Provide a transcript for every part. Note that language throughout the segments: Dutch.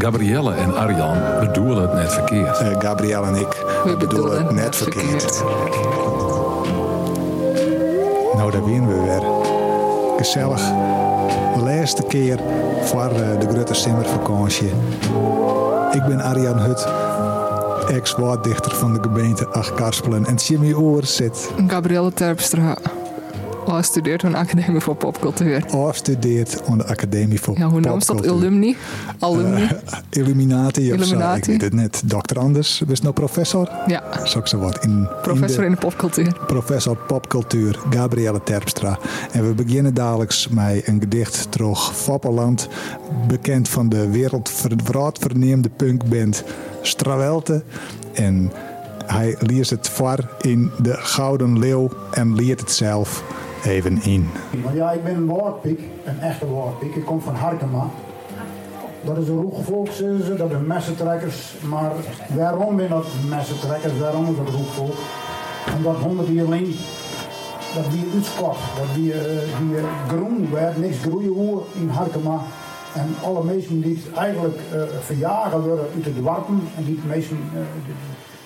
Gabrielle en Arjan bedoelen het net verkeerd. Eh Gabrielle en ik We bedoelen het net verkeerd. Nou, daar winnen we weer. Gezellig. De laatste keer voor eh, de grote Simmervakantie. Ik ben Arjan Hut, ex-waarddichter van de gemeente Achtkarspelen. En Jimmy Oer zit Gabrielle Terpstra. Hij studeert aan de Academie voor Popcultuur. afgestudeerd aan de Academie voor Ja, hoe noemt ze dat? Popcultuur. Eh, Alumni? Alumni? Illuminati of zo. Ik Illuminati. weet het net. Dr. Anders, was nou professor? ja, Zou ik ze wat in? professor in in de popcultuur. de- professor popcultuur, Gabrielle Terpstra. En we beginnen dadelijks met een gedicht terug Foppeland. Bekend van de wereldverdraad verneemde punkband Strawelte. En hij leert het var in de Gouden Leeuw en leert het zelf even in. Maar ja, ik ben een woordpiek, een echte woordpiek. Ik kom van Harkema. Dat is een roegvolk, zeggen ze, dat zijn messentrekkers. Maar waarom ben dat messentrekkers, waarom is dat roegvolk? Omdat honderd jaar lang, dat die uitskop, dat die, eh, die eh, groen werd, niks groeien hoe in Harkema. En alle mensen die het eigenlijk eh, verjagen worden uit de dwarpen, en die het meesten, eh,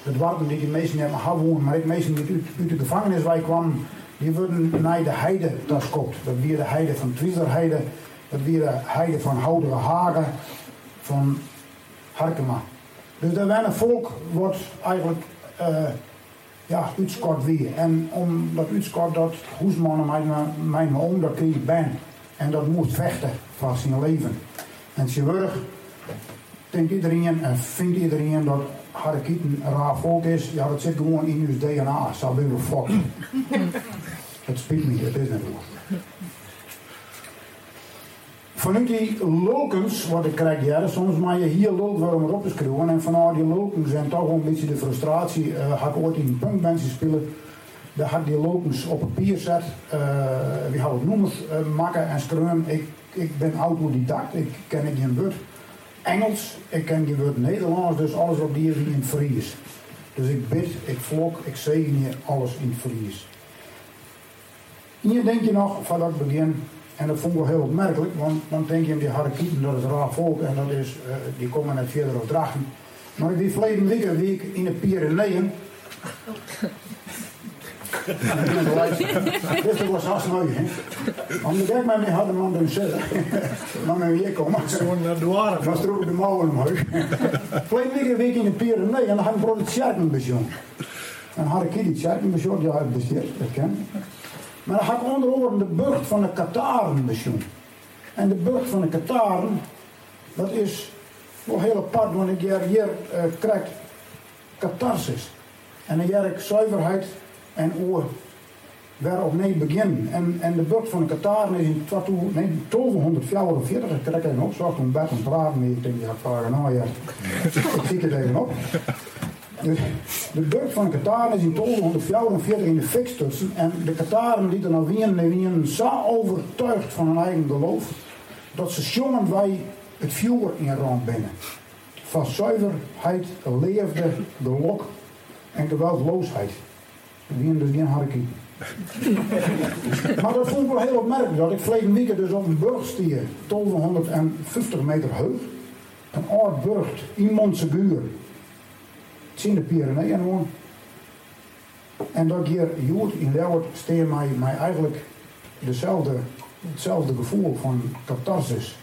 de, de dwarpen die de meesten hebben gehouden, maar ook mensen die uit, uit de gevangenis wij kwamen, die worden naar de heide transport. Dat weer de heide van Twieserheide, dat weer de heide van Houdere Hagen, van Harkema. Dus dat weinig volk wordt eigenlijk eh, ja, uitskort weer. En om dat uitskort, dat hoesmannen mijn, mijn oom, dat kreeg ben. En dat moest vechten voor zijn leven. En chirurg denkt iedereen en vindt iedereen dat Harkiet een raar volk is. Ja, dat zit gewoon in ons DNA. Zo ben je fuck. Het spijt me, dat is niet goed. Vanuit die lokens, wat ik krijg ja, soms maar je hier loopt waarom erop te schreeuwen. En vanuit die lokens en toch wel een beetje de frustratie, eh, had ik ooit in een punkbandje spelen. Daar had ik die lokens op papier zet, eh wie had het noemen, eh, maken en schreeuwen. Ik, ik ben autodidact, ik ken geen woord Engels, ik ken geen woord Nederlands, dus alles wat die is in het Fries. Dus ik bid, ik vlog, ik zegen je alles in het Fries. Hier denk je nog van dat begin, en dat vond ik wel heel opmerkelijk, want dan denk je aan die Harakieten, dat is raar volk en dat is, eh, die komen uit verdere drachten. Maar ik die verleden week, een week in de Pyreneeën. Dus dat was hartstikke leuk, hè? Om de dek met mij hadden we aan de zitten. Dan ben hier komen. Gewoon naar de waren. Dan stroken de mouwen omhoog. Verleden week, een week in de Pyreneeën, en dan had ik brood het Sjerken bezongen. En Harakiri Sjerken bezongen, ja, dat besteed, dat ken ik. Maar dan had ik onder andere de burcht van de Kataren bezoen. En de burcht van de Kataren, dat is wel heel apart, want ik jaar hier eh, krijg catharsis. En dan jaar ik zuiverheid en oor weer opnieuw beginnen. En, en de burcht van de Kataren is in 12 nee, 1244, ik krijg even op, zocht om bed en praten mee. Ik denk, ja, ik vraag er nou ja. ik zie het even op. De, de burcht van de Kataren is in 1244 in de fik tussen. En de Kataren die er nou wien, die wien zo overtuigd van hun eigen geloof. dat ze jongen wij het vuur in rond binnen. Van zuiverheid leefde de lok en geweldloosheid. Die wien dus geen harkie. maar dat vond ik wel heel opmerkelijk. Dat ik verleden weekend dus op een burcht stier, 1250 meter hoog. Een oud burcht, immense buur. Het zien de Pyreneeën gewoon. En dat ik hier Joert in Leeuwarden steen mij, mij eigenlijk dezelfde, hetzelfde gevoel van catharsis.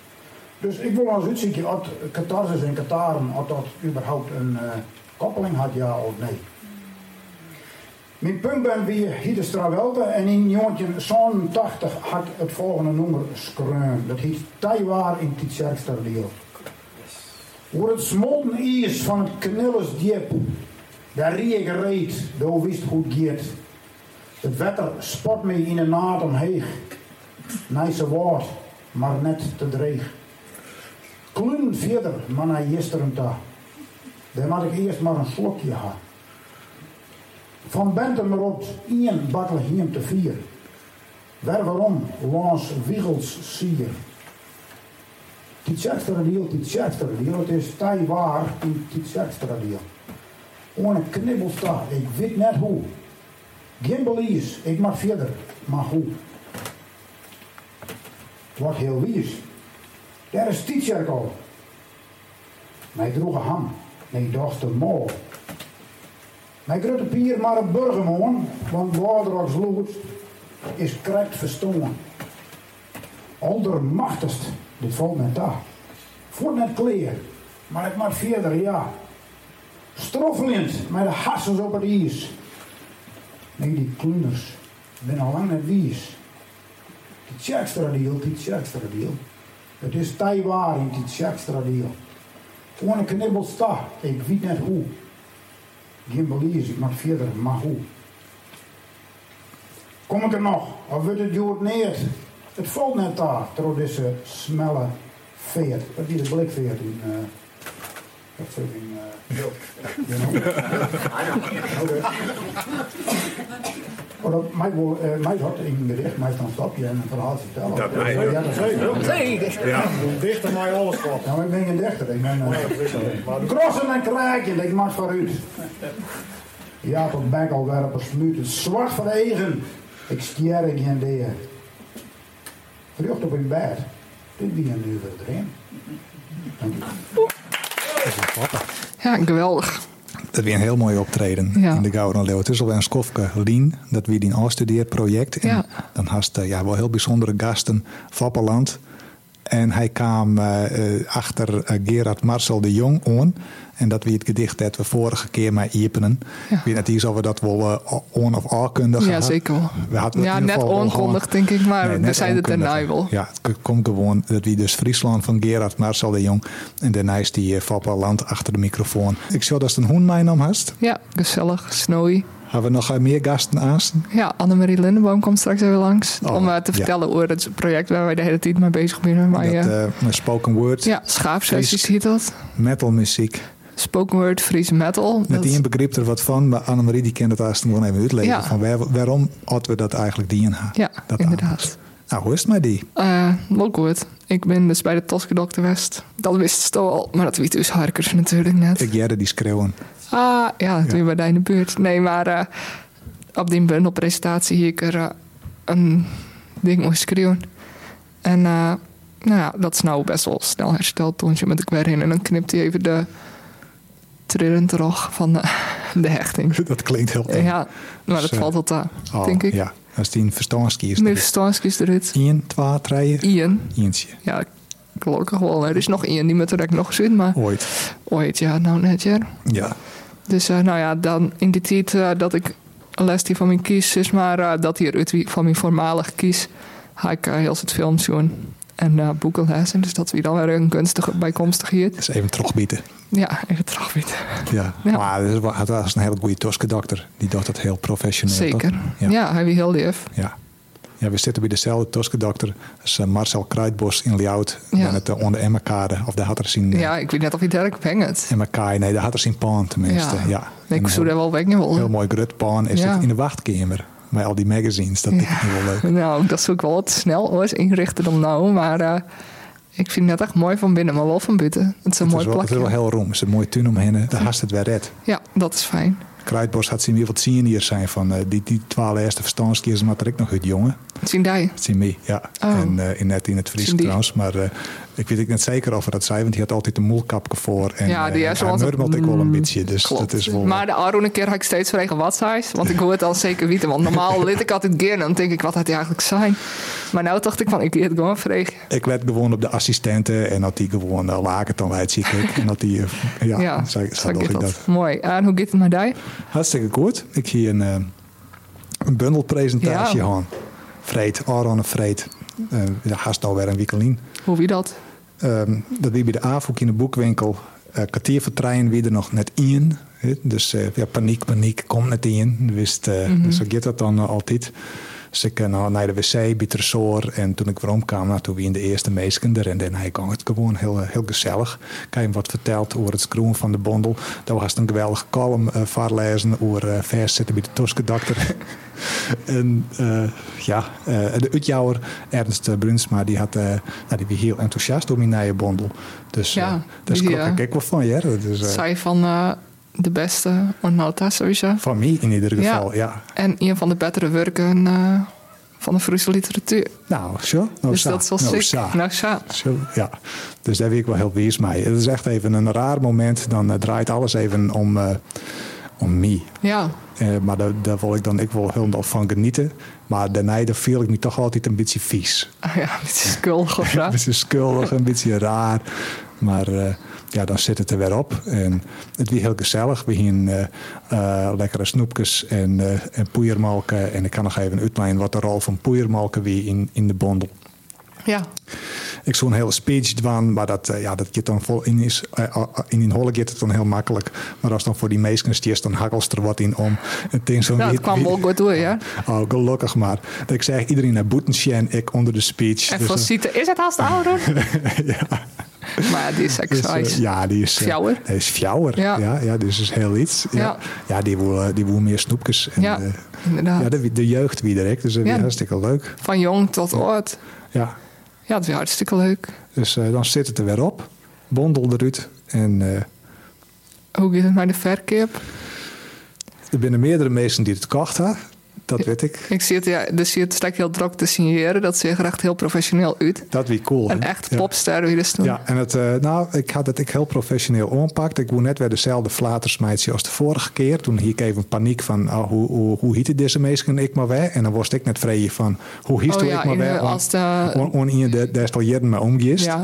Dus ik wil als uitzieken of catharsis en Kataren, of dat überhaupt een eh, koppeling had, ja of nee. Mijn punt ben weer Hiede Strawelte en in jongetje 87 had het volgende nummer Skreun. Dat heet Taiwaar in Tietjerksterdeel. Hoe het smolten is van het knillersdiep, daar regen reed, daar wist goed geert. Het wetter spot me in de naad omheeg. Nice woord, maar net te dreig. Klun verder, maar naar gisteren daar. Daar moet ik eerst maar een slokje ha. Van Bentham roept één bakkel hiem te vier. Waar waarom, langs wiegels sier. Die Tjerkstradiel, die Tjerkstradiel, het is tij waar in die Tjerkstradiel. Ohne knibbelsta, ik weet net hoe. Geen belies, ik mag verder, maar hoe. Wat heel wies. Daar is Tietjerk al. Mij droeg een ham. Mijn dochter mol. Mijn grote pier maar een burgermoon, want Lodrogs lood is correct verstolen. Aldermachtigst, dit valt net daar. Voort net kleer, maar ik maar verder, ja. Stroflint, met de hassels op het ijs. Nee, die klunders, ben al lang net wies. Die Tjekstra deal, die Tjekstra deal. Het is Taiwan, die Tjekstra deal. Gewoon een knibbel sta, ik weet net hoe. Geen belies, ik mag verder, maar hoe? Kom ik er nog, of wordt het jood neer? Het valt net daar, door deze smelle veer. Dat is de blikveer in. eh dat is ook in. eh, Joop. You know? Oké. Maar dat mij wel, eh, mij had in een gedicht, mij kan stapje en een verhaal vertellen. Dat mij ook. ja, dat is leuk. Ja. Dichter mij alles wat. Nou, ik ben geen dichter. Ik ben, eh, Krossen en kraken, ik mag vooruit. Jacob Bekkel werp een smuut, het zwart van eigen. Ik stier in geen deer. Vrucht op in bed. Dit ben je nu verdreen. Dank u. Ja, geweldig. Dat weer een heel mooi optreden Ja. in de Gouden Leeuw. Het is alweer een skofke Lien, dat weer die afstudeerproject. En Ja. dan had ja, wel heel bijzondere gasten, Vappeland. En hij kwam eh, eh, achter eh, Gerard Marcel de Jong aan. En dat weer het gedicht dat we vorige keer maar iepenen. Ja. Ik weet niet eens of we dat wel eh, on- of aankundigen. Ja, zeker wel. We hadden het Ja, in ieder net geval wel onkondig, gewoon- denk ik, maar we net zeiden het onkundig. daarna wel. Ja, het komt gewoon dat wie dus Friesland van Gerard Marcel de Jong. En daarna is die eh, Fappa Land achter de microfoon. Ik zou dat het een hoen meenam hast. Ja, gezellig, snoei. Hebben we nog eh, meer gasten aan? Ja, Annemarie Lindeboom komt straks even langs. Oh, om eh, te ja. vertellen over het project waar wij de hele tijd mee bezig zijn. Maar, dat eh, eh, een spoken word, ja, schaapsessies Fries- heet dat. metal muziek. Spoken word, Friese metal. Met Dat- die begreep er wat van, maar Annemarie die kent het haast gewoon even uitleggen. Ja. Van waar- waarom hadden we dat eigenlijk die in haar? Ja, dat inderdaad. aanbod. Nou, hoe is het met die? Eh, wel goed. Ik ben dus bij de Toske Dokter West. Dat wist ze toch al, maar dat weet dus Harkers natuurlijk net. Ik jerde die schreeuwen. Ah, ja, toen je bij in de buurt. Nee, maar eh, op die bundelpresentatie hier ik er eh, een ding moest schreeuwen. En eh, nou ja, dat is nou best wel snel hersteld toen je met ik weer in. En dan knipt hij even de trillend rog van de, de hechting. dat klinkt heel eng. Ja, maar dat Dus, eh, valt tot daar, Oh, denk ik. Ja, als die een verstandski is. Nu Stansky is eruit. Eén, twee, drie, Ian. eentje. Ja, gelukkig wel. Er is nog Ian die met de rek nog zit, Oh. maar Ooit. ooit, ja, nou net, ja. Ja. Dus eh, nou ja, dan in die tijd eh, dat ik een les die van mijn kies is, maar eh, dat hier uit wie- van mijn voormalig kies, ga ik eh, heel veel films doen en eh boeken lezen. Dus dat wie dan weer een gunstige bijkomstigheid. Dus even terugbieden. Ja, even traag weer. Ja. Ja. Maar dat is, wel- dat is een hele goede Toske dokter. Die doet dat heel professioneel. Zeker. toch? Ja, Ja. hij wie heel lief. ja. Ja, we zitten bij dezelfde Toske dokter als eh, Marcel Kruidbos in Liout. Ja. Ja. het eh, onder Emmerkade. Of daar had er zien. Ja. eh, ik weet net of hij Dirk bengt. Emmerkaai. Nee, daar had er zien Paan tenminste. Ja. Nee, ik Een zou daar heel, wel weg willen. heel mooi grut Paan is Ja. het in de wachtkamer. Met al die magazines. Dat vind ik heel leuk. Nou, dat is ook wel wat snel hoor, is inrichten dan nou. Maar eh, ik vind het echt mooi van binnen, maar wel van buiten. Het is een Het mooi is, wel, het plakje. is wel heel roem. Het is een mooie tuin omheen. Daar haast het weer red. Ja, dat is fijn. Kruidbos had zien wie wat senior zijn van eh, die, die twaalf eerste verstandskeers, maar er ik nog uit jongen. Zien die? Dat zien mij, ja. Oh. En eh, in, net in het Fries Zien die? trouwens. Maar eh, ik weet ik net zeker of we dat zei, want hij had altijd een moelkapje voor. En, Ja, die eh, hij is wel altijd- murmelt ik wel een Mm, beetje. Dus dat is wel... Maar de Aron keer ga ik steeds vragen wat zij is. Want ik hoor het al zeker weten. Want normaal lid ik altijd keer en dan denk ik wat had hij eigenlijk zijn. Maar nou dacht ik van ik leer het gewoon vragen. Ik werd gewoon op de assistenten en dat die gewoon uh, laken dan wijd zie ik. En dat die, eh, ja, Ja, ja zo zei, zei gaat ik dat. dat. Mooi. En hoe gaat het met die? Hartstikke goed. Ik hier een, eh, een bundelpresentatie Ja. aan. Vreed, Aron en Vreed. Eh daar haast alweer een weekelien. Hoe wie dat? Ehm, dat wie bij de AVOEK in de boekwinkel. eh kwartier voor trein wie er nog net in. hè. Dus eh, ja, paniek, paniek, komt net in. Wist, eh Dus zo gaat dat dan eh, altijd. Dus ik eh, nou, naar de wc, bij het resort. En toen ik weer omkwam, nou, toen wie in de eerste meeskender. En dan hij kon het gewoon heel, eh, heel gezellig. Ik heb hem wat verteld over het scroen van de bondel. Daar was een geweldige column eh voorlezen over eh vers zitten bij de Toskendokter. En eh, ja, eh, de uitjouwer Ernst eh, Brunsma, die, had, eh, nou, die was heel enthousiast om die nieuwe bondel. Dus eh Ja, daar die, schrok ik eh, ook wel van, ja. Dat is, eh, Zij van eh, de beste Ornata sowieso. van mij in ieder Ja. geval, ja. En een van de betere werken eh, van de Friese literatuur. Nou, zo. Nou, dus zo. dat is wel nou, sick. zo. Nou, zo. Zo, ja, dus daar ben ik wel heel wiers mee. Het is echt even een raar moment. Dan eh, draait alles even om, eh, om mij. Ja, Eh, maar daar, daar wil ik dan ik wil heel van genieten. Maar daarna daar viel ik me toch altijd een beetje vies. Ah ja dit is kulg of zo. Een beetje schuldig, een beetje raar. Maar eh, ja, dan zit het er weer op. En het was heel gezellig. We hingen eh, eh, lekkere snoepjes en, eh en poeiermalken. En ik kan nog even uitlijnen wat de rol van poeiermalken wie in, in de bondel. Ja, Ik zo'n hele speech doen, maar dat, eh, ja, dat gaat dan vol in is. eh, eh, in in Holle gaat het dan heel makkelijk. Maar als dan voor die meesten is, dan hakkelst er wat in om. En ding zo nou, wie- het kwam wie- wel goed door, ja. Oh, gelukkig maar. Dat ik zeg, iedereen naar boeten sjen, ik onder de speech. En Dus, van eh, Sieten, is het haast ouder? Maar die is dus, eh, excited. ja, die is... eh, Fjouwer. Hij is fjouwer, ja. Ja. Ja, dus is heel iets. Ja, ja. Ja. die wil eh, die wil meer snoepjes. En, Ja, eh, inderdaad. ja de, de jeugd weer direct, dus dat is Ja. hartstikke leuk. Van jong tot oud. Ja, Ja, dat is hartstikke leuk. dus eh, dan zit het er weer op. Bondel eruit en... eh, Hoe gaat het met de verkeer? Er binnen meerdere mensen die het kocht hebben. Dat weet ik. Ik zie het, ja, dus zie het stek heel druk te signeren. Dat ziet er echt heel professioneel uit. Dat wie cool. Een hè? echt Ja. popster, wie dus doen. Ja, en het, eh, nou, ik had het ik heel professioneel ompakt. Ik woe net weer dezelfde flatersmeidje als de vorige keer. Toen hiek even paniek van oh, hoe, hoe, hoe hiette deze meisje ik maar weer. En dan was ik net vreemd van hoe hiest Oh ik ja, maar in de- weer. want- als de- on- on in de destilleren me omgist. Ja.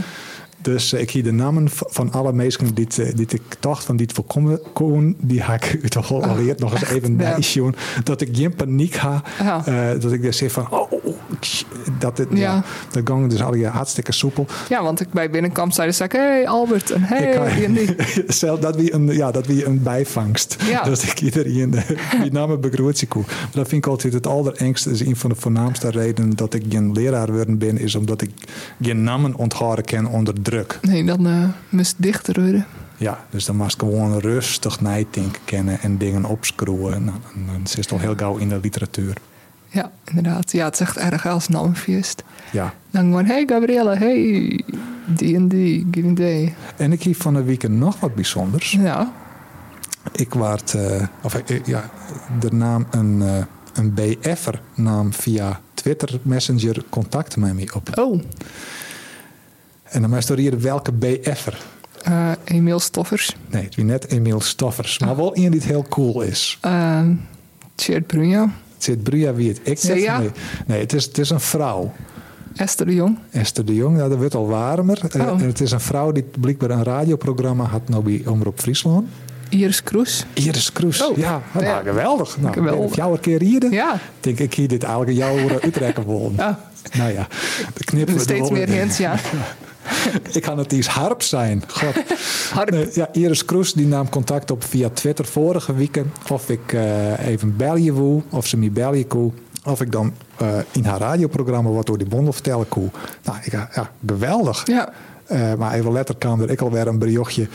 Dus eh, ik hier de namen v- van alle mensen die, het, eh, die ik dacht van dit voorkomen kon, die ga ik u toch al geleerd nog eens even Ah, ja. nijsjoen. Dat ik geen paniek ga. Ja. eh, dat ik dus zeg van, oh, oh, oh, tss, dat, dit, ja. Ja. dat ging dus al hartstikke soepel. Ja, want ik bij binnenkwam zeiden ze, hé hey, Albert, en hey, Ik- die en die. Zelf dat wie een, ja, dat wie een bijvangst. Ja. Dat ik iedereen eh, die namen begroetje koe. Maar dat vind ik altijd het allerengste. is een van de voornaamste redenen dat ik geen leraar worden ben, is omdat ik geen namen onthouden kan onder druk. Nee, dan eh moest dichter worden. Ja, dus dan moest ik gewoon rustig nijtinken kennen en dingen opschroeven. Nou, dan, dan zit het al heel gauw in de literatuur. Ja, inderdaad. Ja, het is echt erg als een naamfeest. Ja. Dan gewoon, hey Gabrielle, hey, die en die, give me day. En ik hier van de weekend nog wat bijzonders. Ja, Ik waard, eh, of eh, ja, de naam een, eh een BF'er naam via Twitter Messenger contact met mij op. oh, En dan moest er hier welke BF'er. eh, Emiel Stoffers, Nee, het wie net Emiel Stoffers. Maar wel iemand die het heel cool is. uh, Tjeerd Brunja, Het zit Bria wie het ik net. Thea? Nee, nee het, is, het is een vrouw. Esther de Jong. Esther de Jong, nou, dat wordt al warmer. Eh, Oh. en het is een vrouw die blijkbaar een radioprogramma had nou bij Omroep Friesland. Iris Kroes. Iris Kroes. Oh. ja, nou, Ja. geweldig. Nou, Geweldig. geweldig. Of jou een keer hier. Ja. Ik denk ik hier dit eigenlijk jouw uitrekken wil. Ah. Nou ja, de knippen we er Steeds wel meer in. hints, ja. Ik kan het iets harp zijn. God. Harp. Nee, ja, Iris Kroes die nam contact op via Twitter vorige weekend. Of ik eh, even bellen woe, of ze me bellen koe. Of ik dan eh, in haar radioprogramma wat door die bondel vertellen koe. Nou, ik, eh, ja, geweldig. Ja. Eh, maar even letter kan er ik alweer een berichtje.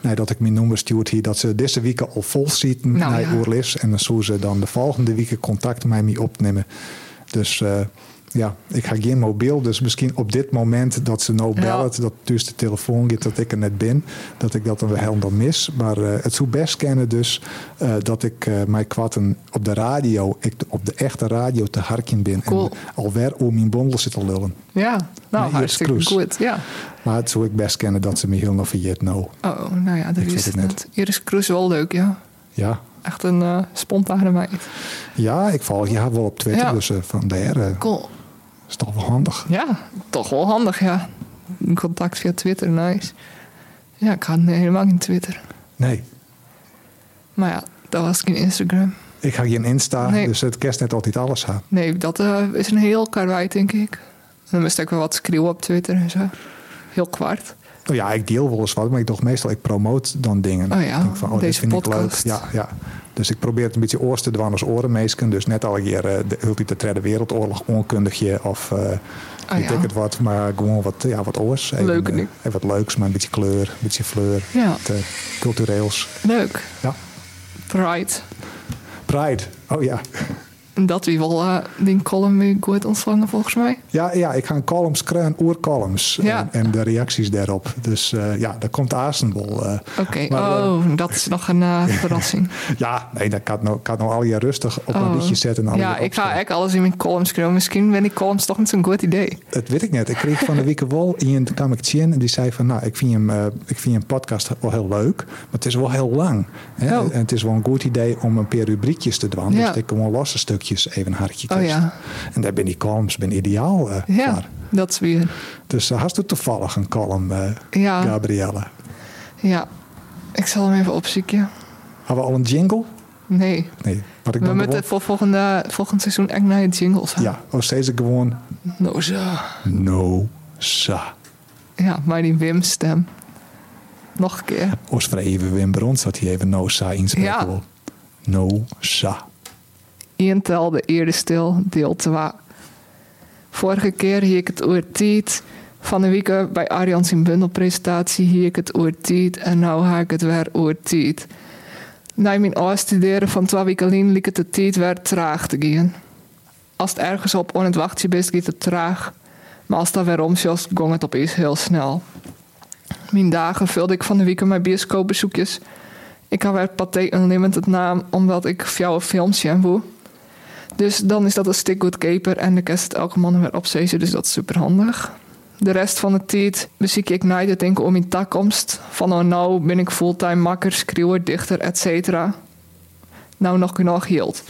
Nee, dat ik mijn nummer stuurt hier. Dat ze deze week al vol ziet Nou, naar ja. Oerlis. En dan zou ze dan de volgende week contact met mij opnemen. Dus eh, ja, ik ga geen mobiel. Dus misschien op dit moment dat ze nou Ja. bellen. Dat dus de telefoon gaat dat ik er net ben. Dat ik dat dan weer helemaal mis. Maar eh, het zou best kennen dus eh, dat ik eh mijn kwatten op de radio. Ik op de echte radio te harken ben. Cool. En alweer om mijn bondel zit te lullen. Ja, nou, Iris hartstikke Kroes. goed. Ja. Maar het zou ik best kennen dat ze me heel nog verjet nou. Oh, nou ja, dat Ik is weet het het net. net. Iris Kroes wel leuk, ja. Ja. Echt een eh, spontane meid. Ja, ik volg ja wel op Twitter, Ja. dus eh, vandaar eh, Cool. is toch wel handig. Ja, toch wel handig, ja. Een contact via Twitter, nice. Ja, ik had helemaal geen Twitter. Nee, Maar ja, dat was geen Instagram. ik ga geen Insta, Nee. dus het kerst net altijd alles gaan. Nee, dat eh, is een heel karwei, denk ik. Dan moest ik wel wat schreeuwen op Twitter en zo. Heel kwart. Nou ja, ik deel wel eens wat, maar ik toch meestal, ik promote dan dingen. Oh ja, Ik denk van, oh, deze dit vind podcast. ik leuk. Ja, ja. Dus ik probeer het een beetje oors te doen als orenmeesken. Dus net al een keer eh, de hulp de Tweede Wereldoorlog onkundigje of eh weet Oh Ah ja. ik het wat. Maar gewoon wat, ja, wat oors. Even, Leuke eh, ding. even wat leuks, maar een beetje kleur, een beetje fleur. Ja. Wat, eh, cultureels. Leuk. Ja. Pride. Pride. Oh ja. En dat wie wel eh, die column weer goed ontvangen volgens mij. Ja, ja, ik ga columns krijgen, oercolumns. eh, Ja. En, en de reacties daarop. Dus eh, ja, daar komt Azenbol. eh Oké, Maar, eh, oh, dat is nog een eh, verrassing. ja, nee, dat kan nou, kan nou al je rustig op Oh. een liedje zetten. en al Ja, je ik ga opstellen. echt alles in mijn columns schrijven. Misschien ben ik columns toch niet zo'n goed idee. Dat weet ik net. Ik kreeg van de Wieke Wol in een kwam ik Chin en die zei van, nou, ik vind hem, eh, ik vind hem podcast wel heel leuk, maar het is wel heel lang. Hè? Oh. En het is wel een goed idee om een paar rubriekjes te doen. Ja. Dus ik gewoon losse stukjes even een hartje Oh, tekst. ja. En daar ben die columns ben ideaal eh Ja, voor. dat is weer. Dus eh, had u toevallig een column, eh Ja. Gabrielle? Ja, ik zal hem even opzoeken. Hadden we al een jingle? Nee, Nee, wat ik we dan moeten gewoon... voor volgende, volgend seizoen echt naar de jingles gaan. Ja, of steeds gewoon Nou zo. no sa. Ja, maar die Wim stem. Nog een keer. Als we even Wim Brons dat hij even no sa inspreken Ja. wil. No sa. Eén tel de eerde stil, deel 2. Vorige keer hie ik het oer tijd. Van de week bij Arjan zijn bundelpresentatie hie ik het oer tijd. En nou haak ik het weer oer tijd. Na mijn afstuderen van twee weken alleen liep het de tijd weer traag te gaan. Als het ergens op on het wachtje bent, gaat het traag. Maar als dat weer omsjost, ging het opeens heel snel. Mijn dagen vulde ik van de week mijn bioscoopbezoekjes. Ik had bij Pathé Unlimited naam, omdat ik jouw films zien wil. Dus dan is dat een stuk goedkoper en de kerst het elke man weer opzezen, dus dat is super handig. De rest van de tijd beziek ik naar te denken om mijn takkomst. Van oh nou ben ik fulltime makker, schreeuwer, dichter, et cetera. Nou nog genoeg hield.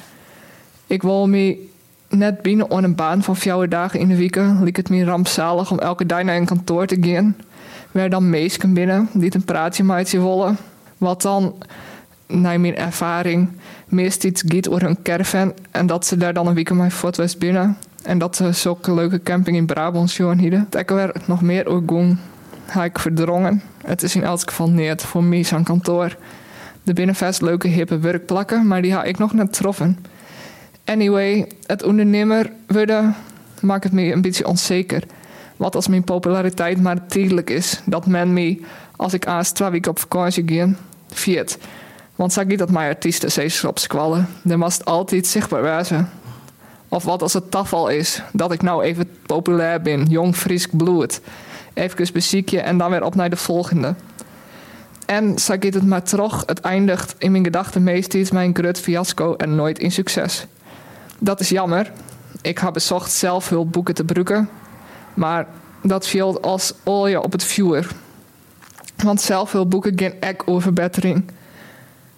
Ik wil me net binnen aan een baan van vier dagen in de week. Liek het me rampzalig om elke dag naar een kantoor te gaan. Waar dan meesken binnen die het een praatje maatje willen. Wat dan, naar mijn ervaring, meest iets giet over een caravan. En dat ze daar dan een week mijn voortwest binnen. En dat ze zulke leuke camping in Brabant zien hadden. Dat ik er nog meer over ging, ga ik verdrongen. Het is in elk geval niet voor mij zo'n kantoor. De binnenvest leuke hippe werkplakken, maar die had ik nog net getroffen. Anyway, het ondernemer worden maakt het me een beetje onzeker. Wat als mijn populariteit maar tijdelijk is, dat men me, als ik aan twee weken op vakantie ga, viert. Want zag ik dat mijn artiesten steeds op squallen, dan was het altijd zichtbaar wezen. Of wat als het tafel is, dat ik nou even populair ben, jong, frisk bloed. Even beziekje en dan weer op naar de volgende. En zag ik het maar toch, het eindigt in mijn gedachten meestal mijn grut fiasco en nooit in succes. Dat is jammer. Ik heb bezocht zelf hulpboeken te gebruiken. Maar dat viel als olie op het vuur. Want zelf hulpboeken geen ek over verbetering.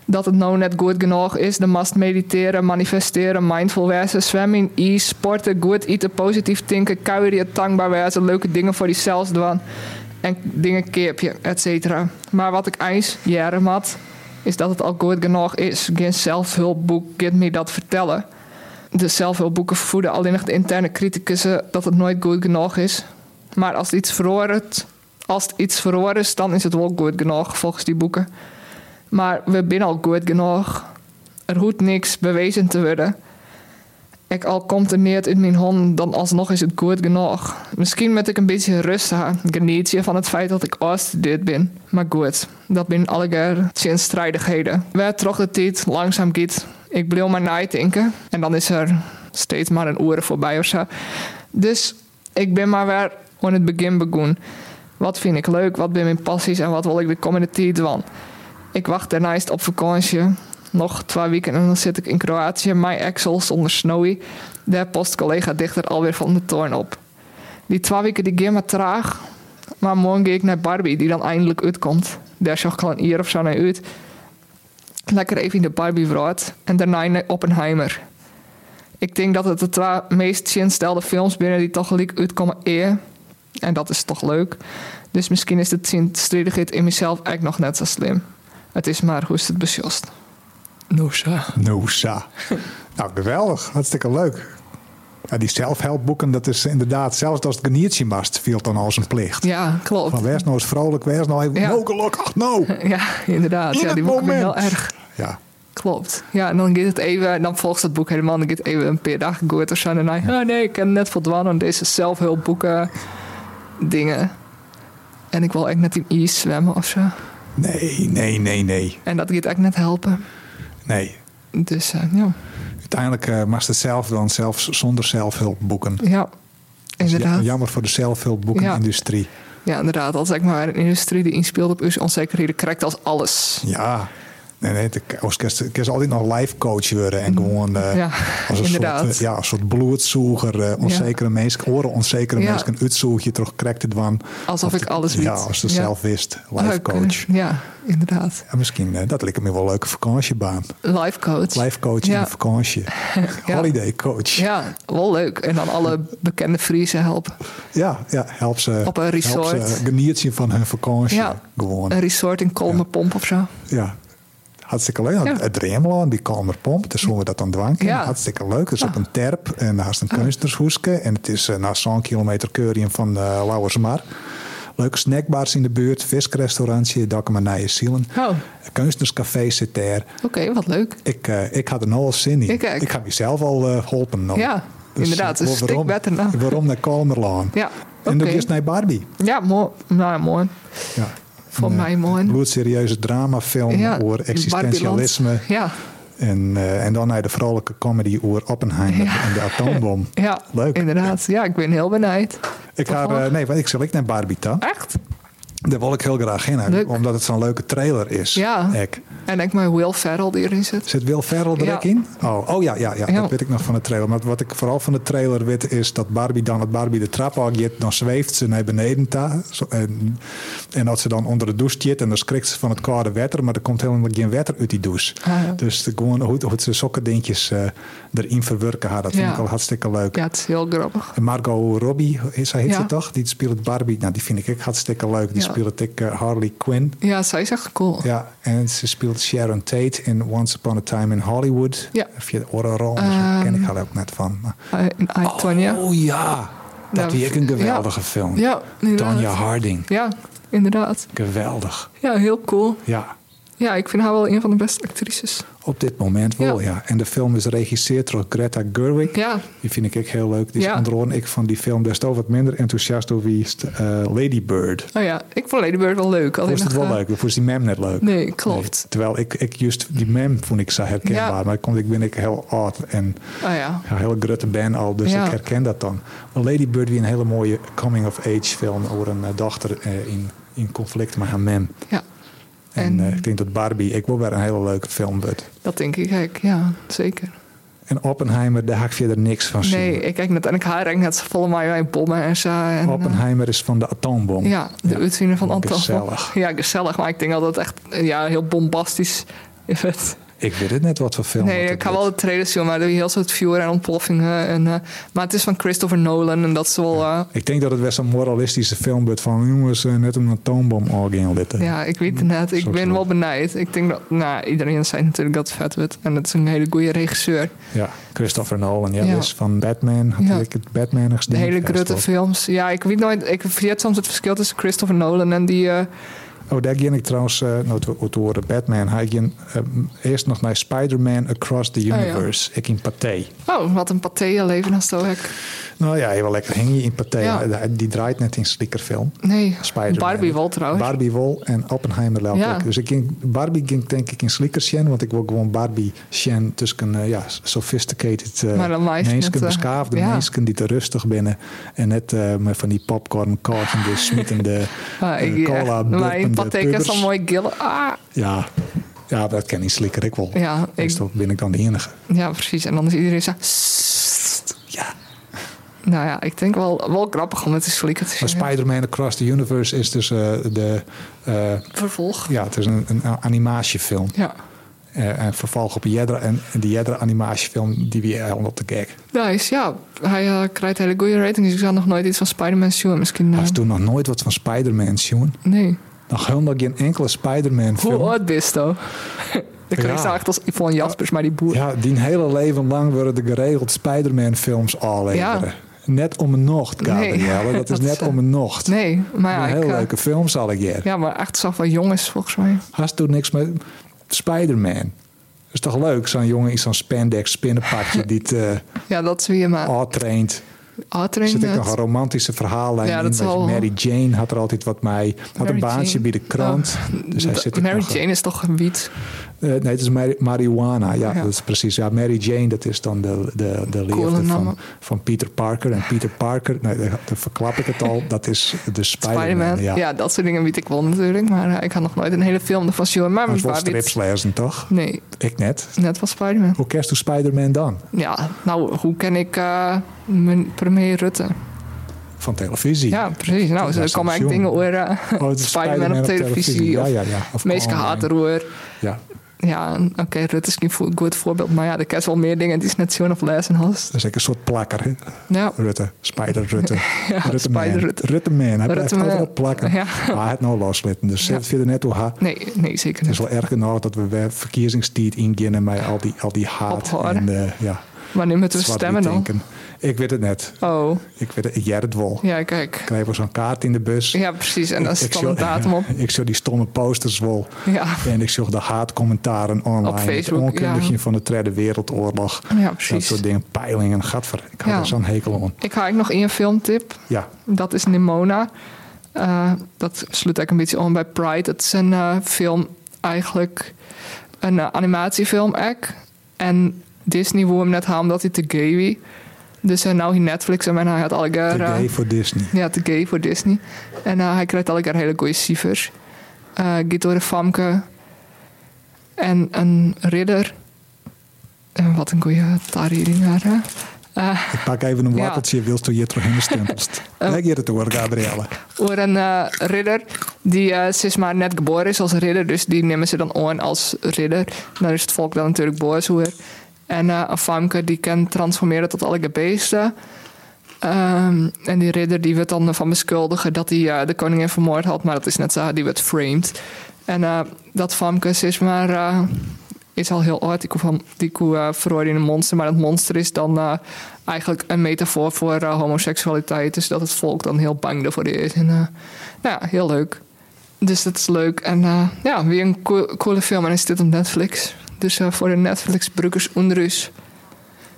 Dat het nou net goed genoeg is, dan must mediteren, manifesteren, mindful wezen, zwemmen, e sporten, goed eten, positief denken, kuieren, dankbaar wezen, leuke dingen voor jezelf doen. En dingen keerpje, et cetera. Maar wat ik eens jaren had, is dat het al goed genoeg is. Geen zelfhulpboek, kan me dat vertellen de zelfhulpboeken voeden alleen nog de interne criticussen dat het nooit goed genoeg is. Maar als iets verroert, als het iets verroren is, dan is het wel goed genoeg volgens die boeken. Maar we zijn al goed genoeg. Er hoeft niks bewezen te worden. Ik al komt er neer in mijn hond, dan alsnog is het goed genoeg. Misschien moet ik een beetje rust hebben, genietje van het feit dat ik afgestudeerd ben. Maar goed, dat zijn allegaar zinstrijdigheden. Waar trok de tijd langzaam gaat, ik bleef maar nadenken. En dan is er steeds maar een uren voorbij of zo. Dus ik ben maar weer aan het begin begonnen. Wat vind ik leuk, wat ben mijn passies en wat wil ik de komende tijd doen? Ik wacht daarnaast op vakantie. Nog twee weken en dan zit ik in Kroatië. Mijn Excel zonder Snowy. Daar post collega dichter alweer van de toorn op. Die twee weken die gaan maar traag. Maar morgen ga ik naar Barbie, die dan eindelijk uitkomt. Daar zag ik al een uur of zo naar uit. Lekker even in de Barbie vraat. En daarna naar Oppenheimer. Ik denk dat het de twee meest zinstelde films binnen die toch gelijk uitkomen eer. En dat is toch leuk. Dus misschien is de zinstredigheid in mezelf eigenlijk nog net zo slim. Het is maar hoe is het besjost. Nou, zo. No sa. nou, geweldig. Hartstikke leuk. Ja, die zelfhelpboeken, dat is inderdaad, zelfs als het geniertje mast, viel dan al zijn plicht. Ja, Van klopt. wees nou eens vrolijk, wees nou even Ja. no gelukkig, no. Ja, inderdaad. In ja, het die boeken zijn heel moment. erg. Ja, Klopt. Ja, en dan gaat het even, dan volgt dat boek helemaal. Dan gaat het even een paar dagen goed of zo. En dan, oh nee, ik heb net voldaan aan deze zelfhulpboeken dingen. En ik wil echt net in ijs zwemmen of zo. nee, nee, nee, nee, En dat gaat echt net helpen. nee. Dus eh, ja. uiteindelijk eh mag ze het zelf dan zelfs zonder zelfhulp boeken. Ja, inderdaad. Ja, Jammer voor de zelfhulpboekenindustrie. inderdaad. Als ik maar een industrie die inspeelt op uw onzekerheden, krijgt als alles. Ja. Nee, nee, ik kan altijd nog life coach worden en gewoon eh, Mm. Ja, als een inderdaad. soort, eh, ja, een soort bloedzoeger, eh, onzekere mensen, horen onzekere Ja. mensen, uitzoek je toch correct het van. Alsof Of ik de- alles weet. Ja, als ze Ja. zelf wist, life Leuk, eh, coach. Ja, inderdaad. Ja, misschien, eh, dat lijkt me wel een leuke vakantiebaan. Life coach. Life coach in Ja. de vakantie. Holiday coach. Ja, Ja, wel leuk. En dan alle bekende Friese helpen. ja, help ze. Op een resort. Help ze geniet zien van hun vakantie. Ja. Gewoon. Een resort in Kolmerpomp of zo. Ja. Hartstikke leuk. Ja. Het Remland, die Kalmerpomp, daar zullen we dat aan dwanken. Ja. Hartstikke leuk. Het is op een terp en naast een kunstershoeske. En het is eh, naast zo'n kilometer keurium van eh Lauwersmar. Leuke snackbars in de buurt, viskrestaurantje, Dakkemanije Zielen. Oh. Een kunsterscafé zit daar. Oké, wat leuk. Ik, eh, ik had er nou al zin in. Ik ook. ga mezelf al eh, helpen. nou. Ja, inderdaad. eh, Een stuk waarom- beter nou. Waarom naar Kalmerlaan? Ja, En dan oké. eerst naar Barbie. Ja, mooi. Nou ja, mooi. Ja. Voor mij mooi. Een bloedserieuze dramafilm ja, over in existentialisme. Barbieland. Ja, En, eh, en dan naar de vrolijke comedy over Oppenheimer Ja. en de atoombom. ja, Leuk. inderdaad. Ja, ik ben heel benijd. Ik ga, Toevallig. eh, nee, want ik zal ik naar Barbie ta. Echt? Daar wil ik heel graag in, Leuk. omdat het zo'n leuke trailer is. Ja. Ek. En ik mijn Will Ferrell die erin zit. Zit Will Ferrell er Ja. ook in? Oh, oh ja, ja, ja, Ja. dat weet ik nog van de trailer. Maar wat ik vooral van de trailer weet is dat Barbie dan, dat Barbie de trap aangeeft, dan zweeft ze naar beneden ta. Zo- En, en dat ze dan onder de douche zit en dan schrikt ze van het koude water, maar er komt helemaal geen water uit die douche. Ah, ja. Dus de, gewoon hoe, hoe ze sokkendingetjes eh erin verwerken, haar, dat vind Ja. ik al hartstikke leuk. Ja, het is heel grappig. En Margot Robbie, is hij heet Ja. ze toch? Die speelt Barbie. Nou, die vind ik ook hartstikke leuk. Die Ja. speelt ik eh, Harley Quinn. Ja, zij is echt cool. Ja, en ze speelt Sharon Tate in Once Upon a Time in Hollywood. Ja. Of je orenrol, daar ken ik haar ook net van. Maar- I, I, Tonya. Oh ja, dat Nou, is een ja. geweldige film. Ja, inderdaad. Tonya Harding, Ja, inderdaad. geweldig. Ja, heel cool. Ja, Ja, ik vind haar wel een van de beste actrices. op dit moment wel, ja. Ja. En de film is geregisseerd door Greta Gerwig. Ja, Die vind ik ook heel leuk. Die is Ja. onder andere ik van die film des te wat minder enthousiast over wie is, eh, Lady Bird. oh ja, ik vond Lady Bird wel leuk. Ik Alleen vond het nog, wel eh, leuk. Ik vond die mem net leuk. Nee, klopt. Nee, terwijl ik, ik juist die mem vond ik zo herkenbaar. Ja. Maar ik, kon- ik ben ik heel oud en Oh ja, een heel grutte ben al. Dus Ja. ik herken dat dan. Maar Lady Bird wie een hele mooie coming-of-age film over een eh, dochter eh, in, in conflict met haar mem. ja. En, En- eh, ik denk dat Barbie, ik wil weer een hele leuke film wordt. Dat denk ik ook. Ja, zeker. En Oppenheimer, daar ga ik verder niks van zien. Nee, ik kijk net en ik haar en net ze volle mij mijn bommen en zo. En, eh, Oppenheimer is van de atoombom. ja, de uitziener van Anton. Gezellig. Ja, gezellig. Maar ik denk dat het echt eh, ja, heel bombastisch is. het. Ik weet het net wat voor film. Nee, dat ik het kan wel wordt. de trailers zien, maar er is heel soort vuur en ontploffingen. En, eh, maar het is van Christopher Nolan en dat is wel... eh, Ik denk dat het best een moralistische film wordt van jongens, eh, net een atoombom orgaan litten. eh, ja, ik weet het net. Ik Zo ben zo. wel benijd. Ik denk dat... Nou, iedereen zei natuurlijk dat het vet wordt. En het is een hele goede regisseur. Ja, Christopher Nolan, ja, Ja. dus van Batman. Had Ja. ik het batman De hele grutte films. Ja, ik weet nooit... Ik vergeet soms het verschil tussen Christopher Nolan en die... eh, Oh, daar ging ik trouwens, eh nou, te- te horen Batman. Hij ging eh, eerst nog naar Spider-Man Across the Oh, ja. Universe. Ik in Pathé. oh, wat een pathé leven als dat ook. Nou ja, heel lekker hing je in Pathé. Ja. Hij- Die draait net in slikkerfilm. Nee, Spider-Man. Barbie wel trouwens. Barbie Wol en Oppenheimer loopt Ja. ook. Dus ik ging, Barbie ging denk ik in Slikker Shen, want ik wil gewoon Barbie Shen tussen een eh, ja, sophisticated eh, Maar dan lijst het, mensen, eh, beschaafde ja. mensen die te rustig binnen en net eh, met van die popcorn kokende, smietende Maar Ah, ik- eh, cola ja, maar in burpende pathé is pubers. al mooi gillen. Ah, Ja, ja, dat ken ik Slikker ik wel. Ja, ik- Meestal ben ik dan de enige. ja, precies. En dan is iedereen zo... Ja. Nou ja, ik denk wel, wel grappig om het te slikken te Maar zien. Spider-Man Across the Universe is dus eh, de... eh, Vervolg. ja, het is een, een animatiefilm. Ja. Eh, en vervolg op Jedra. En, en die Jedra animatiefilm die we onder de gek. Nice, ja. Hij eh, krijgt hele goede ratings. Ik zou nog nooit iets van Spider-Man zien. Misschien... eh, Als toen nog nooit wat van Spider-Man zien. nee. Nog helemaal geen enkele Spider-Man Hoe film. oud bist je? Ik kreeg Ja. ze echt als Yvonne Jaspers, maar die boer. Ja, die hele leven lang worden de geregeld Spider-Man films al Ja. Net om een nocht, Nee. Gabrielle. Dat is Dat- net om een nocht. Nee, maar ja, een ik, heel eh, leuke films al een keer. Ja, maar echt zag wel jongens volgens mij. Hast doet niks met Spider-Man. Is toch leuk, zo'n jongen in zo'n spandex spinnenpakje die het eh, Ja, dat zie je maar. eh, uh, traint. Outering, Oh, zit ik dat- nog een romantische verhaallijn Ja, in. dat Weet je, zal- Mary Jane had er altijd wat mee. Had Mary een baantje Jane. bij de krant. dus hij d- zit ook Mary nog- Jane is toch een wiet? Eh, nee, het is mari- marijuana. Ja, Ja. dat is precies. Ja, Mary Jane, dat is dan de, de, de liefde Coole naam. van, van Peter Parker. En Peter Parker, nee, dan dan verklap ik het al, dat is de Spider-Man. Spider-Man. Ja. ja. dat soort dingen weet ik wel natuurlijk. Maar eh, ik had nog nooit een hele film ervan zien. Maar Maar mijn het wel pa weet- strips lezen, toch? Nee, Ik net. net was Spider-Man. Hoe kerst u Spider-Man dan? Ja, nou, hoe ken ik eh, mijn premier Rutte? Van televisie. Ja, precies. Nou, Dat er is komen jong. eigenlijk dingen over eh, Oh, het is Spider-Man op televisie. Ja, Of ja, ja. Of meest online. gehaat roer. Ja, Ja, en oké, Rutte is niet voor- een goed voorbeeld. Maar ja, er kerst wel meer dingen die is net zo'n of lezen had. dat is echt een soort plakker, hè? Ja, Rutte, Spider-Rutte. Rutte-man. Spider-Rutte. Rutte-man. Hij blijft Rutte-man. altijd op plakken. Ja. Maar hij had nou loslitten. Dus Ja. zet verder net hoe ha- nee, nee, zeker Het niet. is wel erg genoeg dat we weer verkiezingstijd inginnen met al die, al die haat. Ophoor. En eh ja, Wanneer moeten we zwart-wit stemmen dan? denken. Ik weet het net. Oh, Ik weet het, ik jij het wel. ja, kijk. Ik kreeg wel zo'n kaart in de bus. Ja, precies. En dan Ik- ik stond een zag- datum op. Ik zag die stomme posters wel. Ja, En ik zag de haatcommentaren online. Op Facebook, Het onkundigje ja. van de Tweede Wereldoorlog. ja Dat precies. soort dingen. Peilingen, gadver. Ik had Ja. er zo'n hekel aan. Ik ga ook nog één filmtip. Ja, Dat is Nimona. Eh, dat sluit ook een beetje aan bij Pride. Het is een eh, film, eigenlijk een eh, animatiefilm ook. En Disney wou hem net halen omdat hij te gay wie. Dus eh, nou hij Netflix hem en hij had de alle keer, eh, gay voor Disney. ja, te gay voor Disney. En eh, hij krijgt elke keer hele goede cijfers. Eh gaat door de famke. En een ridder. En wat een goede tariering daar. hè. Eh, Ik pak even een Ja. watteltje. Wilst u hier terug in de stempelst? Leg je het hoor, Gabrielle. Voor een eh, ridder die eh sinds maar net geboren is als ridder. Dus die nemen ze dan aan als ridder. Dan is het volk dan natuurlijk boerzoer. En eh, een famke die kan transformeren tot alle beesten. Ehm, en die ridder die wordt dan van beschuldigen dat hij eh, de koningin vermoord had. Maar dat is net zo, die wordt framed. En eh, dat famke is maar... eh, is al heel oud. Die koe, van, die koe eh, verrooide in een monster. Maar dat monster is dan eh, eigenlijk een metafoor voor eh, homoseksualiteit. Dus dat het volk dan heel bang daarvoor is. En, eh, nou ja, heel leuk. Dus dat is leuk. En eh, ja, weer een coo- coole film. En is dit op Netflix. Dus eh, voor de Netflix-brukers onrus.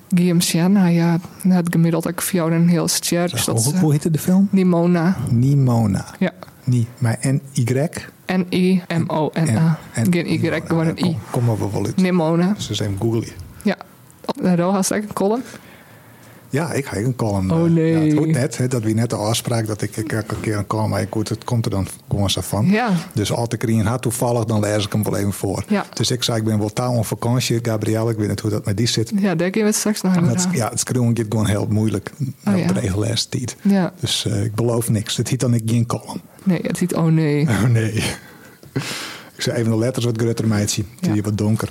Guillaume Sien, hij eh, had gemiddeld ook via een heel ster. Dus dat is Hoe, eh, hoe heette de film? Nimona. Nimona. Ja. Niet, maar N-Y. N-I-M-O-N-A. Geen Y, gewoon een I. Kom, kom maar wel uit. Nimona. Ze zijn googlen. Ja. Daardoor had ze ook een column. Ja, ik ga ook een column. Oh, eh, nee. Ja, het wordt net, hè, dat we net de afspraak dat ik ik elke keer een column maar goed, het komt er dan gewoon zo van. Ja. Dus als ik er een had toevallig, dan lees ik hem wel even voor. Ja. Dus ik zei, ik ben wel taal op vakantie. Gabrielle, ik weet niet hoe dat met die zit. Ja, daar kunnen we het straks nog over Dat, hebben. ja, het schreeuwen gaat gewoon heel moeilijk. na ja. de regelaars tijd. Ja, Dus eh, ik beloof niks. Het heet dan ik geen column. nee, het ziet oh nee. Oh nee. Ik zei even de letters wat grutter meidje. Die Ja. wat donker.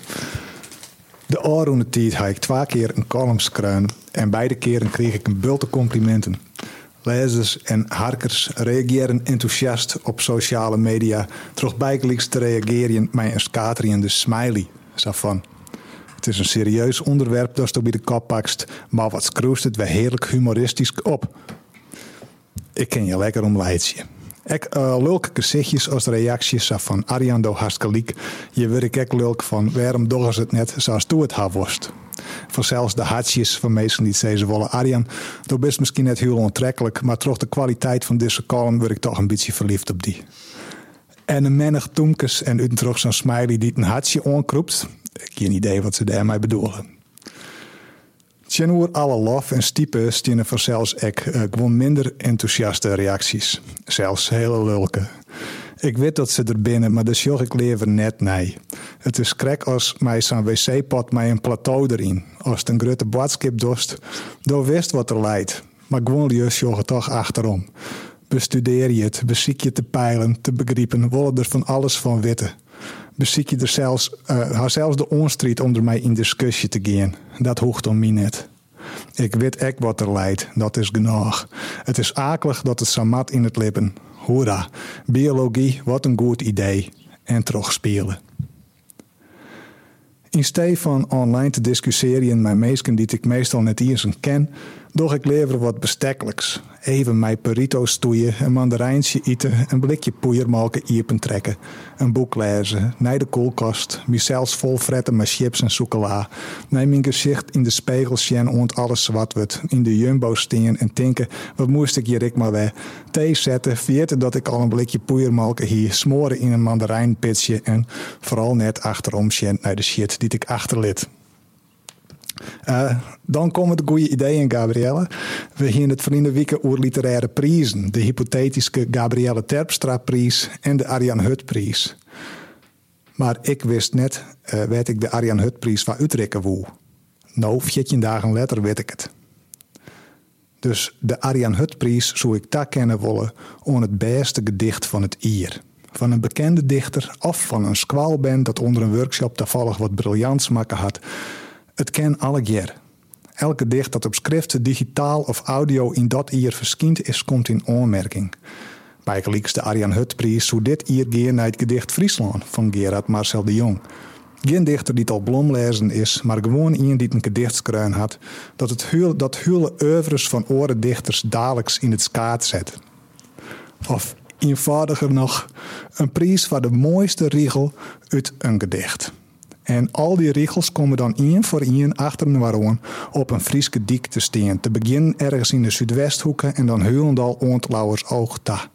De alroende tijd had ik twee keer een column schreun. En beide keren kreeg ik een bulte complimenten. Lezers en harkers reageren enthousiast op sociale media. Terug bijkelijks te reageren met een skaterende smiley. Zo van. Het is een serieus onderwerp dat je bij de kop pakst. Maar wat scroest het weer heerlijk humoristisch op. Ik ken je lekker om Leidsje. Ik eh lulk gezichtjes als reacties van Ariando Haskaliek. Je word ik ek lulk van waarom doggen ze het net zoals toe het haar worst. Voor zelfs de hartjes van mensen die zeggen wollen Arjan. Dat is misschien net heel onttrekkelijk, maar toch de kwaliteit van deze column word ik toch een beetje verliefd op die. En een menig toemkes en utentrog zo'n smiley die een hartje onkroept. Ik heb geen idee wat ze daarmee bedoelen. Tjenoer alle lof en stiepen stienen van zelfs ik eh, gewoon minder enthousiaste reacties. Zelfs hele lulke. Ik weet dat ze er binnen, maar dat zorg ik liever net nee. Het is krek als mij zo'n wc-pot mij een plateau erin. Als het een grote boodschap dost, dan wist wat er leidt. Maar gewoon je zorg er toch achterom. Bestudeer je het, beziek je te peilen, te begrijpen, wollen er van alles van weten beziek je er zelfs, eh, hou zelfs de onstrijd om ermee in discussie te gaan. Dat hoeft om mij net. Ik weet ek wat er leidt, dat is genoeg. Het is akelig dat het samat in het lippen. Hoera, biologie, wat een goed idee. En terug spelen. In steed van online te discussiëren met mensen die ik meestal net eens ken, Doch ik lever wat bestekkelijks. Even mijn perito stoeien, een mandarijntje eten, een blikje poeiermalken iepen trekken. Een boek lezen, naar de koelkast, mijzelfs vol fretten met chips en chocola. Naar mijn gezicht in de spiegel zien ont alles wat wordt. In de jumbo steen en denken, wat moest ik hier ik maar weer. Thee zetten, veerten dat ik al een blikje poeiermalken hier, smoren in een mandarijnpitsje en vooral net achterom zien naar de shit die ik achterlid. Eh, dan komen de goede ideeën, Gabrielle. We gingen het vrienden weekend over literaire prijzen. De hypothetische Gabrielle Terpstra-prijs en de Arjan Hut-prijs. Maar ik wist net, eh werd ik de Arjan Hut-prijs van Utrecht woe. Nou, 14 dagen later weet ik het. Dus de Arjan Hutprijs zou ik daar kennen willen om het beste gedicht van het Ier. Van een bekende dichter of van een squalband dat onder een workshop toevallig wat briljants maken had. Het ken alle keer. Elke dicht dat op schrift, digitaal of audio in dat ier verschijnt is, komt in aanmerking. Bij gelijks de Arjan Hutprijs zou dit ier gaan naar het gedicht Friesland van Gerard Marcel de Jong. Geen dichter die het al blomlezen is, maar gewoon iemand die een gedichtskruin had, dat het huil, dat huile oeuvres van orendichters dagelijks in het skaat zet. Of eenvoudiger nog, een prijs voor de mooiste regel uit een gedicht. En al die regels komen dan één voor één achter een waarom op een Frieske diek te steen. Te beginnen ergens in de Zuidwesthoeken en dan Heulendal Oontlauwers Oogta.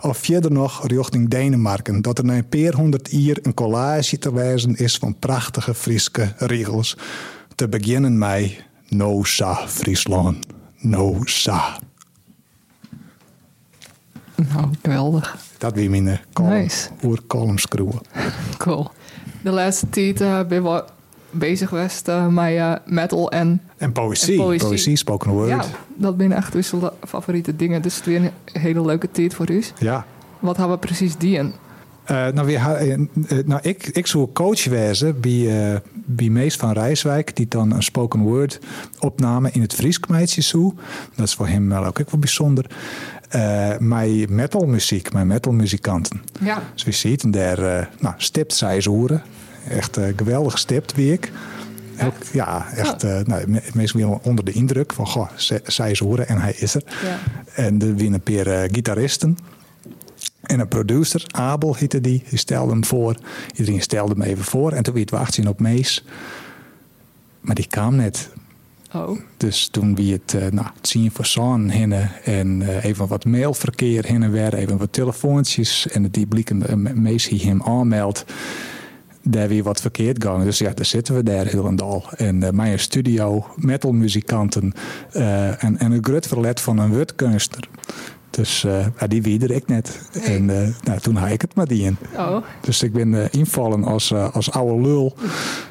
Of verder nog richting Denemarken, dat er na een paar honderd jaar een collage te wijzen is van prachtige Frieske regels. Te beginnen mij, no sa Friesland, no sa. Nou, geweldig. Dat wie mijn eh, column, Nice. oer column screwen. Cool. De laatste tijd eh, ben ik wel bezig geweest eh, met eh, metal en... En poëzie, En poëzie. poëzie, spoken word. Ja, dat zijn echt onze la- favoriete dingen. Dus het is weer een hele leuke tijd voor u. ja. Wat hebben we precies die in? Eh, nou, weer, ha- eh, eh, nou, ik, ik zou coach wezen bij, eh, bij Mees van Rijswijk, die dan een spoken word opname in het Fries meidje zoe. Dat is voor hem wel ook wel bijzonder. Eh mijn metalmuziek, mijn metalmuzikanten. Ja, Dus we ziet en daar, eh, nou, stipt zij zoeren. Echt eh, geweldig stipt, wie ik. Ook- ja, echt. eh nou, me- meestal weer onder de indruk van, goh, zij- zij zoeren en hij is er. Ja. En er winnen een paar eh, gitaristen. En een producer, Abel heette die, die stelde hem voor. Iedereen stelde hem even voor. En toen weer het wachtzien op Mees. Maar die kwam net. oh. Dus toen wie het, eh, nou, het zien van San hinnen en eh, even wat mailverkeer hinnen weer, even wat telefoontjes en die blikken eh, me- meest die hem aanmeldt, daar weer wat verkeerd gaan. Dus ja, daar zitten we daar heel en dal. En eh, mijn studio, metalmuzikanten eh, en, en een grut verlet van een wutkunster. Dus eh, ja, die wie er ik net. Nee. En eh, nou, toen haal ik het maar die in. Oh, Dus ik ben eh, invallen als, eh, als oude lul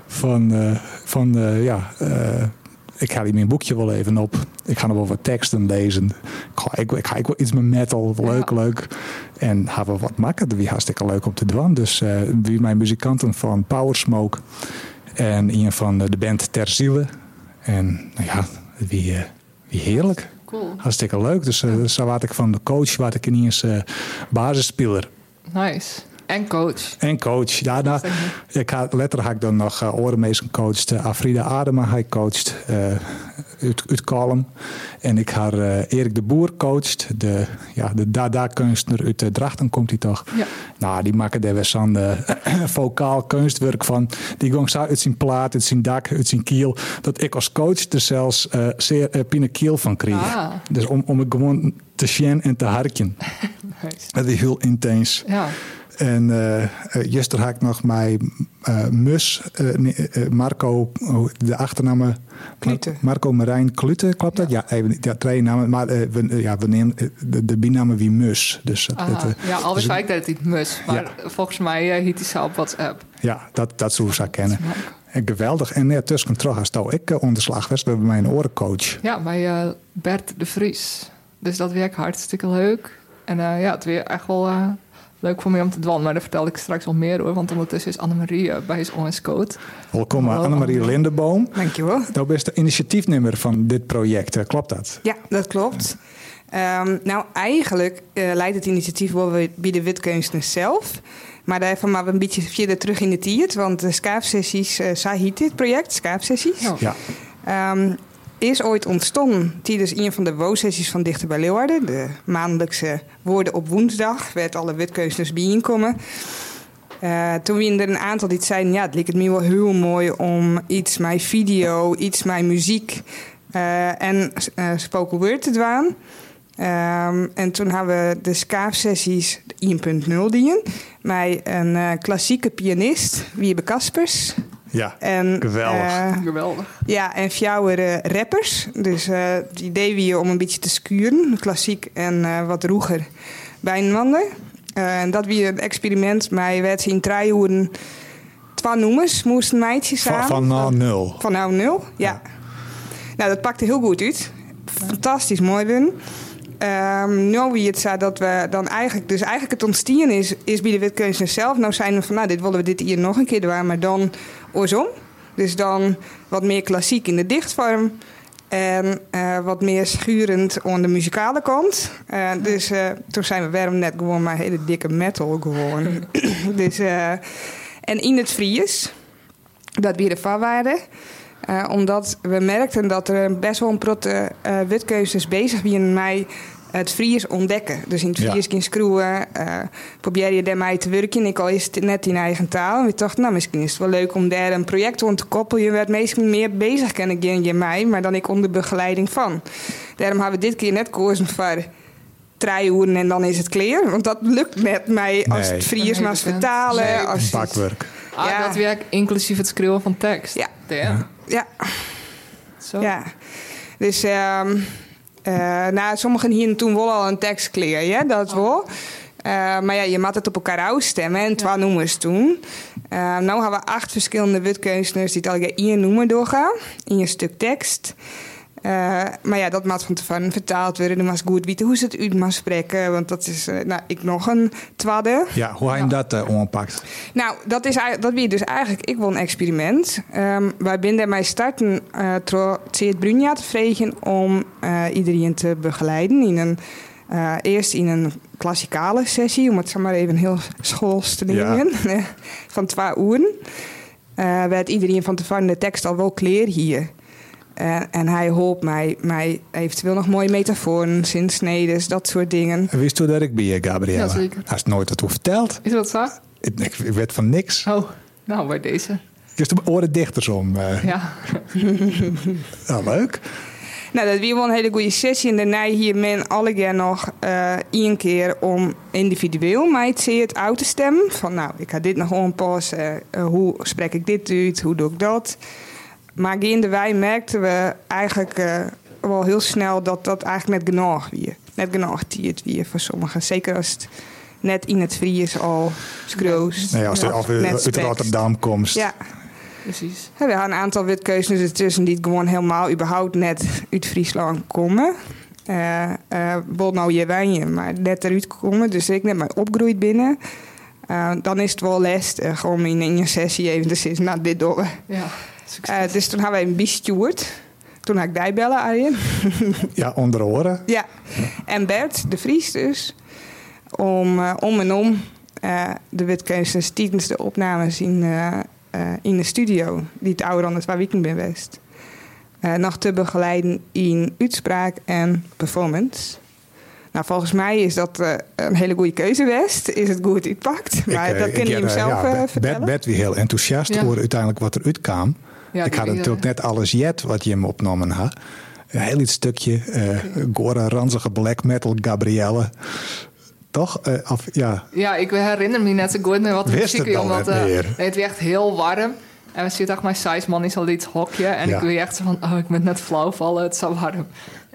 van, eh, van eh, ja, eh, ik ga hier mijn boekje wel even op. Ik ga nog wel wat teksten lezen. Ik ga, ik, ik ga ik wil iets met metal, leuk, Ja. leuk. En gaan we wat maken, dat was hartstikke leuk om te doen. Dus eh, wie mijn muzikanten van Powersmoke en een van de band Ter Ziele. En nou ja, wie, eh, wie heerlijk. cool. Hartstikke leuk. Dus eh, zo wat ik van de coach, wat ik ineens eh basisspeler Nice. En coach. en coach. Ja, nou, ik had, letter had ik dan nog uh, Orenmees gecoacht. eh, Afrida Adema hij coacht eh, uit, uit Kalm. En ik had eh, Erik de Boer coacht. De, ja, de Dada-kunstner uit eh, Drachten komt hij toch. Ja. Nou, die maken daar weer zo'n eh, vocaal kunstwerk van. Die ging zo uit zijn plaat, uit zijn dak, uit zijn kiel. Dat ik als coach er zelfs eh zeer eh, pine kiel van kreeg. Ah. Dus om, om het gewoon te zien en te harken. Nice. Dat is heel intens. Ja, En eh eh, gisteren had ik nog mijn eh, mus, eh, nee, eh, Marco, oh, de achternamen. Mar- Klute. Marco Marijn Klute, klopt dat? Ja, even, ja twee namen. Maar eh, we, eh, ja, we nemen eh, de, de binamen wie mus. Dus het- aha. het, eh, ja alweer dus- zei ik dat het niet mus. Maar volgens mij eh, hiet hij ze op WhatsApp. ja, dat, dat zou ik kennen. En geweldig. En net tussen terug als touw ik eh, onderslag was, we hebben mijn orencoach. Ja, bij eh, Bert de Vries. Dus dat werkt hartstikke leuk. En eh, ja, het weer echt wel eh, leuk voor mij om te dwan. Maar daar vertel ik straks wel meer hoor. Want ondertussen is Annemarie eh, bij zijn Orange Coat. Welkom eh, Hallo, Annemarie Annemarie. Lindeboom. Dankjewel. Nou, bent de initiatiefnemer van dit project, eh, klopt dat? Ja, dat klopt. Ehm, nou, eigenlijk eh, leidt het initiatief wel weer bij de witkunstenaar zelf. Maar daarvan maar een beetje verder terug in de tiert. Want de skaafsessies, eh zij heet dit project, skaafsessies. Ja. Ja, Ehm, is ooit ontstaan tijdens een van de woonsessies van Dichter bij Leeuwarden. De maandelijkse woorden op woensdag werd alle witkeuzers bijeenkomen. Eh, toen we er een aantal die zeiden, ja, het leek het me wel heel mooi om iets mijn video, iets mijn muziek eh, en eh, spoken word te doen. Ehm, en toen hebben we de skaafsessies 1.0 dien. Met een eh, klassieke pianist, Wiebe Kaspers. Ja, En, Geweldig. eh, Geweldig. ja, en fjouwer eh, rappers. Dus eh, het idee wie je om een beetje te skuren, klassiek en eh, wat roeger, bij een wandel. Eh, en dat wie een experiment, maar je werd ze in trijhoeren. Twee noemers moesten meidjes Van, samen. van nou nul. Van nou nul, ja. Nou, dat pakte heel goed uit. Fantastisch mooi win. Ehm nou, wie het zei dat we dan eigenlijk... Dus eigenlijk het ontstien is, is bij de witkunsten zelf. Nou zijn we van, nou, dit willen we dit hier nog een keer doen. Maar dan oorsom. Dus dan wat meer klassiek in de dichtvorm. En eh, wat meer schurend aan de muzikale kant. Eh, dus eh, toen zijn we waarom net gewoon maar hele dikke metal gewoon. dus, eh, en in het Fries dat we ervan waren. Eh, omdat we merkten dat er best wel een protte eh witkeuzes bezig waren mij het Fries ontdekken. Dus in het Ja. Fries kind screwen, eh, probeer je daarmee te werken. Ik al is het net in eigen taal. En we dachten, nou, misschien is het wel leuk om daar een project aan te koppelen. Je werd meestal meer bezig, ken ik je en mij, maar dan ik onder begeleiding van. Daarom hebben we dit keer net gekozen voor treihoeren en dan is het kleer. Want dat lukt met mij als Nee. het Fries, maar als Nee, dat- vertalen. nee. als het- Bakwerk. Ah, Ja. dat werkt inclusief het schreeuwen van tekst. Ja. Damn. Ja. Zo. Ja. Dus ehm, eh, nou, sommigen hier toen wel al een tekst kleren, ja, dat wel. Eh, maar ja, je moet het op elkaar afstemmen en twee noemers toen. Eh nou hebben we acht verschillende witkeuzers die het al één noemer doorgaan. In een stuk tekst. Eh, maar ja, dat moet van tevoren vertaald worden. Dan moet goed weten hoe ze het uit mag spreken. Want dat is, eh, nou, ik nog een twadde. Ja, hoe hij hem dat eh, aanpakt. Nou, dat is eigenlijk- dat weer dus eigenlijk ik wil een experiment. Ehm wij binden mij starten eh het Brunja te vregen om eh, iedereen te begeleiden in een eh, eerst in een klassikale sessie, om het zeg maar even heel schools te Ja. nemen, van twee uren. Eh werd iedereen van tevoren de tekst al wel kleer hier. Eh, en hij hielp mij, mij eventueel nog mooie metaforen, zinsnedes, dat soort dingen. Wist u dat ik bij je, Gabriella? Ja, zeker. Hij is nooit dat hoe verteld. Is dat zo? Ik, ik, ik werd van niks. Oh, nou, bij deze. Ik is de oren dichters om. eh. Ja. Nou, leuk. Nou, dat was wel een hele goede sessie. En daarna hier men alle keer nog eh één keer om individueel mij te het uit te stemmen. Van nou, ik ga dit nog aanpassen. Eh, hoe spreek ik dit uit? Hoe doe ik dat? Maar in de wij merkten we eigenlijk eh, wel heel snel dat dat eigenlijk net genoeg weer. Net genoeg tiert weer voor sommigen. Zeker als het net in het Fries al scroost. Nee, Nou als Ja, je af uit sprekst. Rotterdam komt. Ja. Precies. Ja, we hadden een aantal witkeuzes ertussen die het gewoon helemaal überhaupt net uit Friesland komen. Eh eh Bol nou je wijnje, maar net eruit komen. Dus ik net maar opgroeid binnen. Eh, dan is het wel lastig om in een sessie even te zitten. Nou, dit door. Ja. Eh, Succes. dus toen hadden wij een bestuurd. Toen had ik die bellen aan je. Ja, onder de oren. Ja, en Bert, de Vries dus, om, eh, om en om eh, de witkeuzes tijdens de opnames in, eh, eh, in de studio, die het ouder dan het waar weekend ben geweest, eh, nog te begeleiden in uitspraak en performance. Nou, volgens mij is dat eh, een hele goede keuze geweest. Is het goed uitpakt? Maar eh, dat kunnen jullie hem eh, zelf ja, eh, Bert- vertellen. Bert, Bert weer heel enthousiast Ja. over uiteindelijk wat er uitkwam. Ja, ik had eh, die- natuurlijk net alles jet wat je hem opnomen had. Een heel iets stukje. eh gore, ranzige black metal Gabrielle. Toch? Eh, af, ja. Ja, ik herinner me net zo goed meer wat de Wist muziek het dan weer, want, net eh, meer? nee, het werd echt heel warm. En we zitten echt mijn size man is al iets hokje. En Ja. ik weer echt zo van, oh, ik ben net flauw vallen, het is zo warm.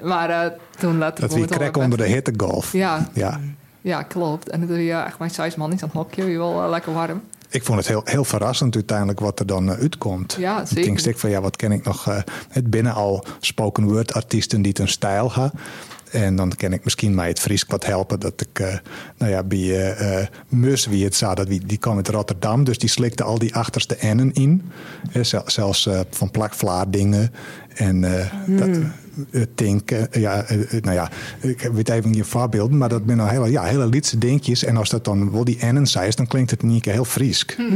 Maar eh, toen laat Dat we krek onder de hittegolf. Ja, Ja. Mm. ja, klopt. En toen ja, echt mijn size man is aan het hokje, weer wel eh, lekker warm. Ik vond het heel, heel verrassend uiteindelijk wat er dan eh, uitkomt. Ja, Ik zeker. denk stik van ja, wat ken ik nog? eh, het binnen al spoken word artiesten die het een stijl gaan. En dan ken ik misschien mij het Fries wat helpen. Dat ik, eh, nou ja, bij eh, eh, Mus, wie het zou, dat wie, die kwam uit Rotterdam. Dus die slikte al die achterste N'en in. Eh, zel- zelfs eh, van plakvlaar dingen. En eh, dat, eh, Tink, eh, ja, eh, eh, nou ja, ik weet even je voorbeelden, maar dat zijn al hele, ja, hele liedse dingetjes. En als dat dan wel die N'en zijn, is, dan klinkt het in één keer heel Fries. nou,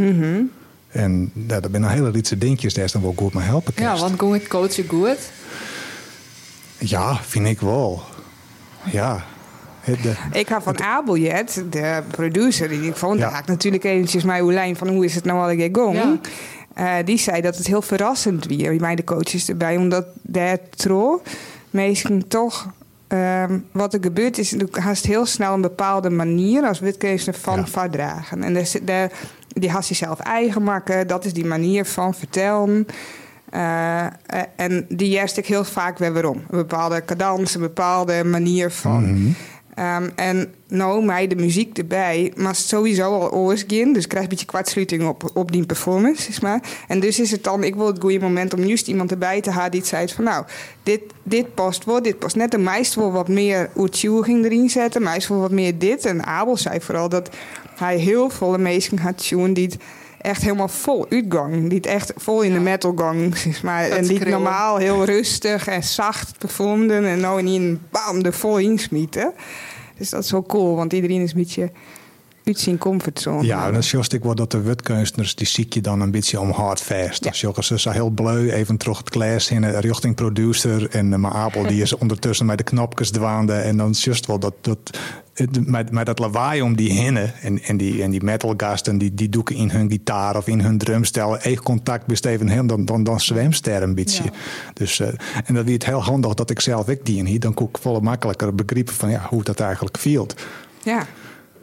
En ja, dat zijn al hele liedse dingetjes, daar is dan wel goed mee helpen. Ja, kerst. want kon ik coachen goed. Ja, vind ik wel. Ja. Het, de- Ik hou van Abeljet, de producer, die ik vond. Ja. Daar haak ik natuurlijk eventjes mijn lijn van hoe is het nou al een gong. Ja. Eh, die zei dat het heel verrassend weer, mij de coaches erbij, omdat daar tro meestal toch. ehm, wat er gebeurt is, je haast heel snel een bepaalde manier als witkees van Ja. verdragen. En daar, zit- daar, die haast zichzelf eigen maken, dat is die manier van vertellen. Eh, eh, en die juist ik heel vaak weer weer om. Een bepaalde cadans, een bepaalde manier van. Mhm. Ehm, en nou, mij de muziek erbij, maar sowieso al oorsgin. Dus ik krijg een beetje kwartsluiting op, op die performance. Is maar. En dus is het dan, ik wil het goede moment om juist iemand erbij te halen die het zei van nou, dit, dit past wel, dit past net. De meisje wil wat meer ging erin zetten, meisje wil wat meer dit. En Abel zei vooral dat hij heel veel mensen gaat tunen die het echt helemaal vol uitgang. Die het echt vol in de metal gang, zeg maar. Dat en die het schreeuwen. normaal al heel rustig en zacht performden. En nou in één bam er vol insmieten. Dus dat is wel cool, want iedereen is een beetje uit zijn comfortzone. Ja, en dan zocht ik wel dat de wutkunstners, die zie je dan een beetje om hard vast. Ja. Dan zoeken ze zo heel bleu even terug het glas in eh, richting producer. En eh, mijn Apel die is ondertussen met de knopjes dwaande. En dan zocht wel dat, dat het- met, met dat lawaai om die hinnen en, en die, en die metalgasten, die, die doeken in hun gitaar of in hun drumstel. Echt contact besteven hem, dan, dan, dan zwemt er een beetje. Dus, eh, en dat wie het heel handig dat ik zelf ik die in hier, dan kon ik volle makkelijker begrijpen van ja, hoe dat eigenlijk viel. ja.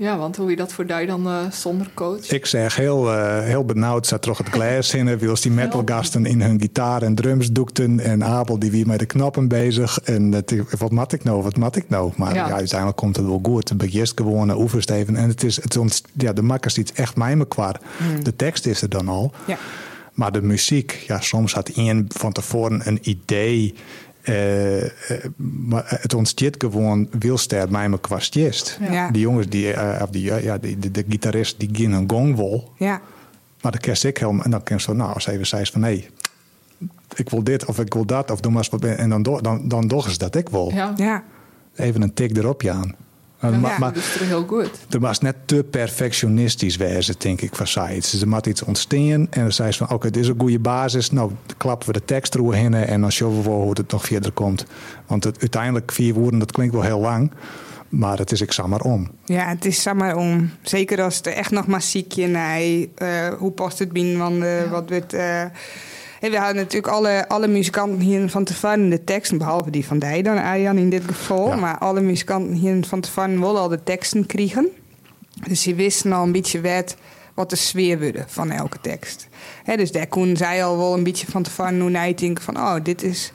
Ja, want hoe je dat voor Dui dan eh, zonder coach? Ik zeg heel, eh, heel benauwd, zat toch het glas in. Wils die metalgasten in hun gitaar en drums doekten. En Abel die wie met de knappen bezig. En het, wat mat ik nou, wat mat ik nou? Maar ja. Ja. uiteindelijk komt het wel goed. Het begint gewoon, eh, oefenst even. En het is, het ont, ja, de makkers die het echt mij me kwaad. De tekst is er dan al. Hmm. Ja. Maar de muziek, ja, soms had één van tevoren een idee. eh, eh, maar het ontstaat gewoon wilster mij me kwastjest. Ja. Die jongens, die, eh, of die, eh, ja, die, de, de gitarist, die ging een gongwol. ja. Maar dan kerst ik helemaal. En dan kan ze, nou, als even zei ze van hé, ik wil dit of ik wil dat of doe maar eens wat. En dan, do- dan, dan doen ze dat ik wil. Ja, Ja. Even een tik erop, Jaan. Maar, ja, maar, dat is er heel goed. er was net te perfectionistisch wezen, denk ik, van sites. Ze moet iets ontstaan en dan zei ze van, oké, dit is een goede basis. Nou, dan klappen we de tekst erover heen en dan zien we wel hoe het nog verder komt. Want het, uiteindelijk, vier woorden, dat klinkt wel heel lang. Maar het is ik zeg maar om. Ja, het is zeg maar om. Zeker als het echt nog maar ziekje nee, eh, hoe past het binnen? Want eh, wat wordt. eh, en we hadden natuurlijk alle, alle muzikanten hier van tevoren de teksten, behalve die van Dij dan, Arjan in dit geval. Ja. Maar alle muzikanten hier van tevoren wilden al de teksten krijgen. Dus die wisten al een beetje wat, wat de sfeer worden van elke tekst. Hè, dus daar kon zij al wel een beetje van tevoren hoe hij denken van, oh, dit is...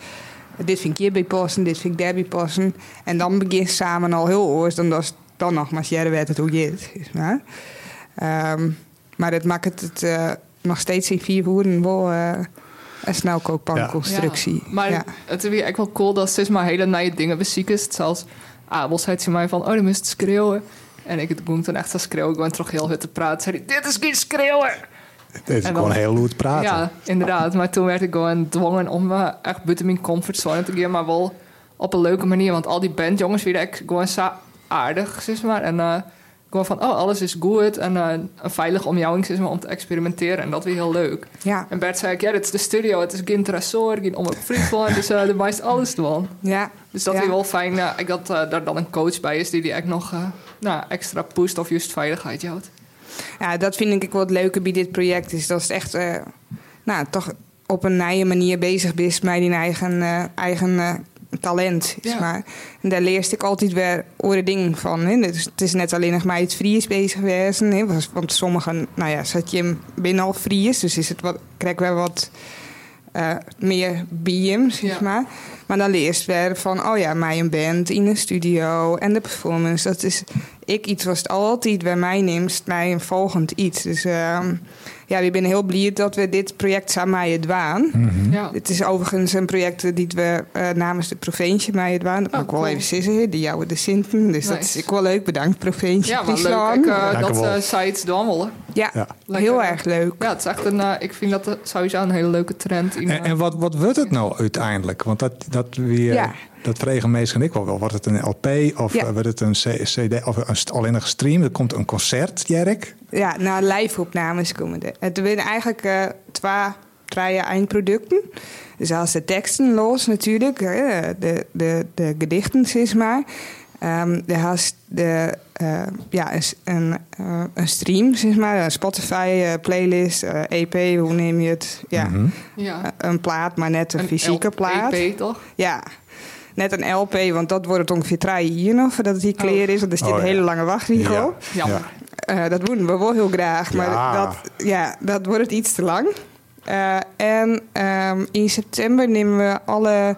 Dit vind ik hierbij passen, dit vind ik daarbij passen. En dan begint samen al heel oors. Dan dat is dan nog maar jij werd het hoe je het is. Maar, Ehm, maar dat maakt het, het, eh, nog steeds in vier woorden wel eh, een snelkookpanconstructie. Ja, Maar Ja. het is weer echt wel cool dat ze maar hele nieuwe dingen bezieken. Zelfs Abel zei ze mij van, oh, dan moest het schreeuwen. En ik ging toen echt zo schreeuwen. Ik ben toch heel hard te praten. Zei hij, dit is geen schreeuwen! Het is En gewoon dan- heel goed praten. Ja, inderdaad. Maar toen werd ik gewoon gedwongen om eh, echt buiten mijn comfortzone te gaan. Maar wel op een leuke manier. Want al die bandjongens weer echt gewoon zo aardig, zeg maar. En eh, gewoon van, oh, alles is goed. En eh, een veilige omjouwing, zeg maar, om te experimenteren. En dat weer heel leuk. ja. En Bert zei ik, ja, dit is de studio. Het is geen trasor, geen om op Friesland. Dus eh er wijst alles doen. ja. Dus dat ja. is wel fijn eh, ik dat eh, daar dan een coach bij is die die echt nog eh, nou, extra pusht of juist veiligheid houdt. Ja, dat vind ik ook wel het leuke bij dit project. Is dat het echt eh, nou, toch op een nieuwe manier bezig is met die eigen, eh, eigen eh, talent. Is Ja. maar. En daar leerst ik altijd weer oren dingen van. Hè. Dus het is net alleen nog maar iets Fries bezig wezen. Hè. Want- Want sommigen, nou ja, zat je hem binnen al Fries. Dus is het wat, krijg ik wel wat eh, meer BM, zeg Ja. maar. Maar dan leerst weer van, oh ja, mij een band in een studio en de performance. Dat is, ik iets was het altijd bij mij neemt, mij een volgend iets. Dus ehm, ja, we zijn heel blij dat we dit project samen met je dwaan. Ja. Het is overigens een project die we eh, namens de provincie mij het waren. Dat Oh, mag ik wel cool. even zeggen, die jouwe de Sinten. Dus dat is Nice. ik wel leuk. Bedankt, provincie. ja, maar leuk Friesland. ik, eh, dat Dankjewel. eh sites doen willen. ja, Ja. Lekker, eh, heel ja. erg leuk. Ja, het is echt een, eh, ik vind dat sowieso een hele leuke trend. In, En, eh, en wat, wat wordt het nou uiteindelijk? Want dat, dat, weer, Ja. dat vregen meestal en ik wel. wel. Wordt het een LP of Ja. eh, wordt het een C- CD of eh, een, st- alleen een stream? Er komt een concert, Jerk. Ja, nou, live-opnames komen er. Het zijn eigenlijk eh, twa- twee, vrije eindproducten. Dus als de teksten los natuurlijk, eh, de, de, de gedichten, zeg maar. Ehm de haast de, eh, ja, een, s- een, eh, een stream, zeg maar. Een Spotify, eh, playlist, eh, EP, hoe neem je het? Ja, Mhm. Ja. Eh, een plaat, maar net een, fysieke LP, plaat. toch? Ja, net een LP, want dat wordt het ongeveer drie hier nog voordat het hier clear is. Want er zit Oh, een ja. hele lange wachtwinkel. Ja. Jammer. Ja. Eh, dat doen we wel heel graag, maar Ja. Dat, ja, dat wordt het iets te lang. Eh, en ehm, in september nemen we alle,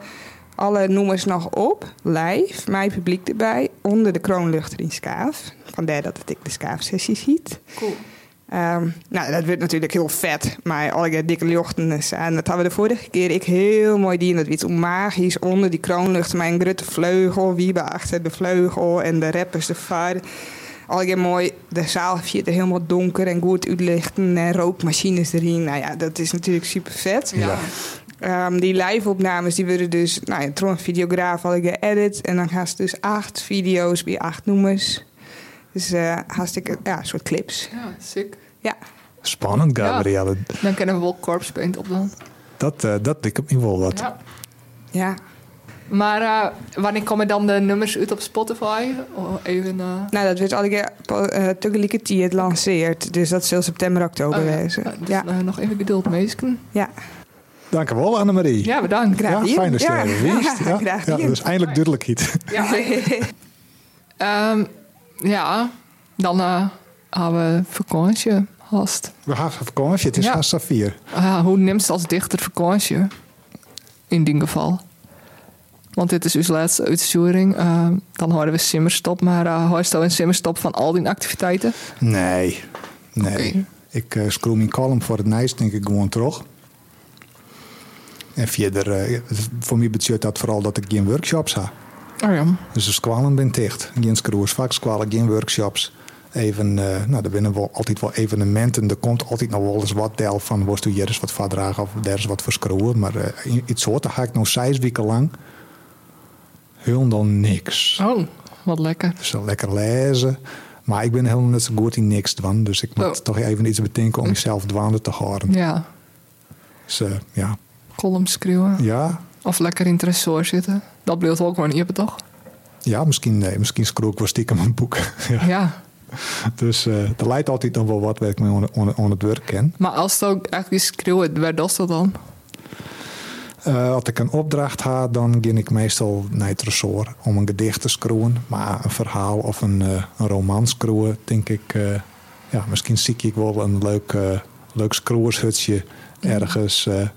alle noemers nog op, live, mijn publiek erbij, onder de kroonluchter in Skaaf. Vandaar dat het ik de Skaaf-sessie ziet. Cool. Ehm, nou, dat werd natuurlijk heel vet, maar alle keer dikke jochten en dat hadden we de vorige keer ik heel mooi die en dat iets magisch onder die kroonlucht, mijn grote vleugel, wiebe achter de vleugel en de rappers de vaar. Alle keer mooi de zaal vierde helemaal donker en goed uitlichten en rookmachines erin. Nou ja, dat is natuurlijk super vet. Ja. Ehm, die live-opnames die worden dus, nou ja, door een videograaf had ik geëdit. En dan gaan ze dus acht video's bij acht noemers. Dus eh hartstikke, ja, een soort clips. Ja, sick. Ja, Spannend, Ja. Gabrielle. Dan kunnen we wel Corpse Paint op dan. Dat, eh dat ik op me wel wat. Ja. ja. Maar eh, wanneer komen dan de nummers uit op Spotify? Oh, even, eh, Nou, dat werd alle keer pa- eh, tegelijkertijd lanceerd. Dus dat zal september, oktober oh, ja. wezen. Nou, dus, ja, eh, nog even geduld, meesken. ja. Dankjewel, Annemarie. Ja, bedankt. Graag. Ja, hier. fijn dat je Ja. er wist. Ja, Graag ja, hier. dus eindelijk duidelijk iets. Ehm, ja, dan eh, hebben we vakantie gehad. We gaan op vakantie, het is Ja. haast Safir. Ah, hoe neemt ze als dichter vakantie? In die geval. Want dit is uw laatste uitzending. Eh, dan houden we simmerstop. Maar eh hoor je een simmerstop van al die activiteiten? Nee, nee. Oké. Ik eh scroll mijn column voor het nijs, denk ik gewoon terug. En verder, eh, voor mij betekent dat vooral dat ik geen workshops heb. Oh ja. Dus de squalen ben dicht. Geen screws, vakskwalen, geen workshops. Even, eh, nou, er binnen wel altijd wel evenementen. Er komt altijd nog wel eens wat deel van. Worst u hier eens wat voor dragen of daar is wat voor screwen. Maar eh, i- iets soorten ga ik nog zes weken lang. Helemaal niks. Oh, wat lekker. Dus dan lekker lezen. Maar ik ben helemaal net zo goed in niks dwan. Dus ik moet Oh. toch even iets bedenken om mezelf dwaande te houden. Ja, Dus eh, ja. column schreeuwen. ja, Of lekker in het ressort zitten. Dat bleef ook gewoon hier, toch? ja, misschien, nee, misschien schroef ik wel stiekem een boek. ja. Ja. Dus eh er leidt altijd nog wel wat werk mee aan- aan- aan het werk ken. Maar als het ook eigenlijk schreeuwen, waar doet dat dan? Eh, als ik een opdracht ha, dan ging ik meestal naar het resort om een gedicht te schroeven. Maar een verhaal of een, eh, een roman schroeven, denk ik. eh, ja, misschien zie ik wel een leuk, eh leuk schroevershutje ergens eh,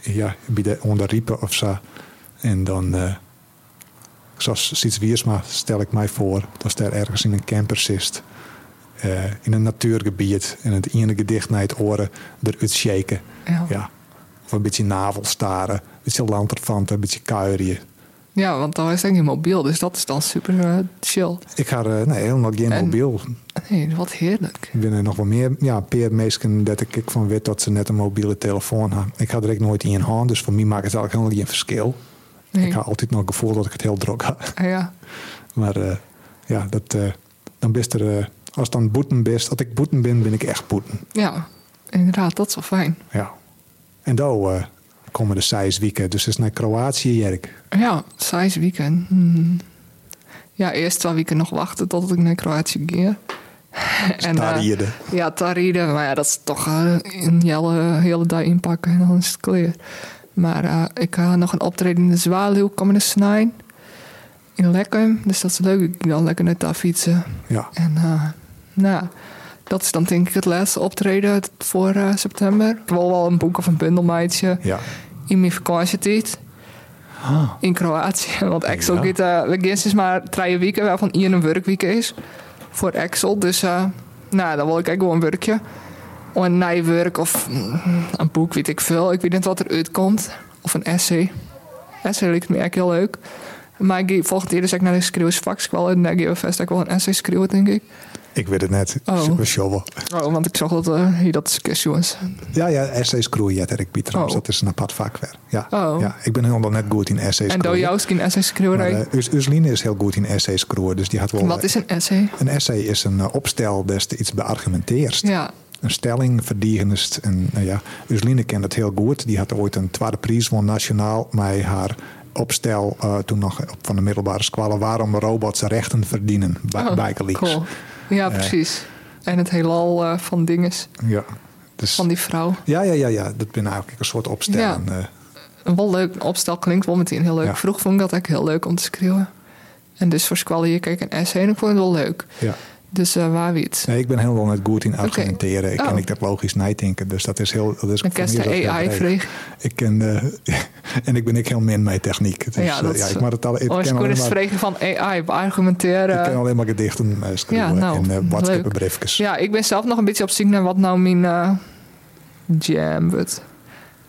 ja, bij de, onder riepen of zo. En dan, eh zoals Siets Wiersma, stel ik mij voor dat er ergens in een camper zit. eh, in een natuurgebied en het ene gedicht naar het oren eruit shaken. Ja. Ja. Of een beetje navelstaren, een beetje lanterfanten, een beetje kuierje. Ja, want dan is het niet mobiel, dus dat is dan super eh, chill. Ik ga er eh, nee, helemaal geen En- mobiel. Nee, wat heerlijk. Ik ben er nog wel meer. Ja, peer meesken dat ik van weet dat ze net een mobiele telefoon hebben. Ik ga direct nooit in hand, dus voor mij maakt het eigenlijk helemaal geen verschil. Nee. Ik ga altijd nog het gevoel dat ik het heel druk heb. Ah, ja. Maar eh, ja, dat, eh, dan best er. eh, als dan boeten best, als ik boeten ben, ben ik echt boeten. ja, inderdaad, dat is wel fijn. Ja. En daar eh, komen de zes weken. Dus het is naar Kroatië, Jerk. Ja, saai weekend. Hmm. Ja, eerst twee weken nog wachten tot ik naar Kroatië ging. En, eh, Tarierde. ja, Taride. Maar ja, dat is toch eh, een hele, hele dag inpakken en dan is het clear. Maar eh, ik ga nog een optreden in de Zwaluw komende snijn. In Lekkum. Dus dat is leuk. Ik kan dan lekker naar daar fietsen. Ja. En eh, nou, dat is dan denk ik het laatste optreden voor eh, september. Ik wil wel een boek of een bundelmeidje Ja. in mijn vakantietijd. In Kroatië. Want Axel Ah. Ja. gaat, eh, we gaan sinds maar drie weken, waarvan één een werkweek is. Voor Axel. Dus eh, nou, dan wil ik eigenlijk wel een werkje. Of een nijwerk of mm, een boek, weet ik veel. Ik weet niet wat er uitkomt. Of een essay. Essay lijkt me eigenlijk heel leuk. Maar ik ga volgend jaar dus eigenlijk naar de schreeuwersvak. En daar gaan we vast ook wel een essay schreeuwen, denk ik. Ik weet het net. Oh. We shovel. Oh, want ik zag dat eh, hier dat discussie was. Ja, ja, essays groeien, ja, ik bied trouwens. Oh. Dat is een apart vak weer. Ja. Oh. ja, ik ben helemaal net goed in essays En door jou is geen essay Maar schreeuwerij. eh, Us- Usline is heel goed in essays groeien, dus die had wel... Wat is een essay? eh, Een essay is een eh, opstel des te iets beargumenteerst. Ja, een stelling verdienst. En nou ja, Usline kent het heel goed. Die had ooit een tweede prijs gewonnen nationaal met haar opstel eh, toen nog op- van de middelbare school waarom robots rechten verdienen bij Oh, bij Leaks. Cool. Ja, Eh. precies. En het heelal eh, van dinges, Ja. Dus, van die vrouw. ja, ja, ja, ja. Dat ben eigenlijk een soort opstellen. eh. Een wel leuk een opstel klinkt wel meteen heel leuk. Ja. Vroeg vond ik dat eigenlijk heel leuk om te schreeuwen. En dus voor Squall hier keek ik een S heen. Ik vond het wel leuk. ja. Dus eh, waar wie het? Nee, ik ben helemaal net goed in argumenteren. Ik Oh. kan ik dat logisch nijdenken. Dus dat is heel. Dat is voor Dan kerst mij is de dat heel AI breed. vreeg. Ik ken eh, en ik ben ik heel min met techniek. Dus, Ja, eh, dat ja, is- ik mag het al. Ik Oh, ken alleen is maar, vregen van AI, ik ken argumenteren. alleen maar gedichten eh, schrijven nou, en leuk. eh WhatsApp-briefjes. Ja, ik ben zelf nog een beetje op zoek naar wat nou mijn eh, jam wordt.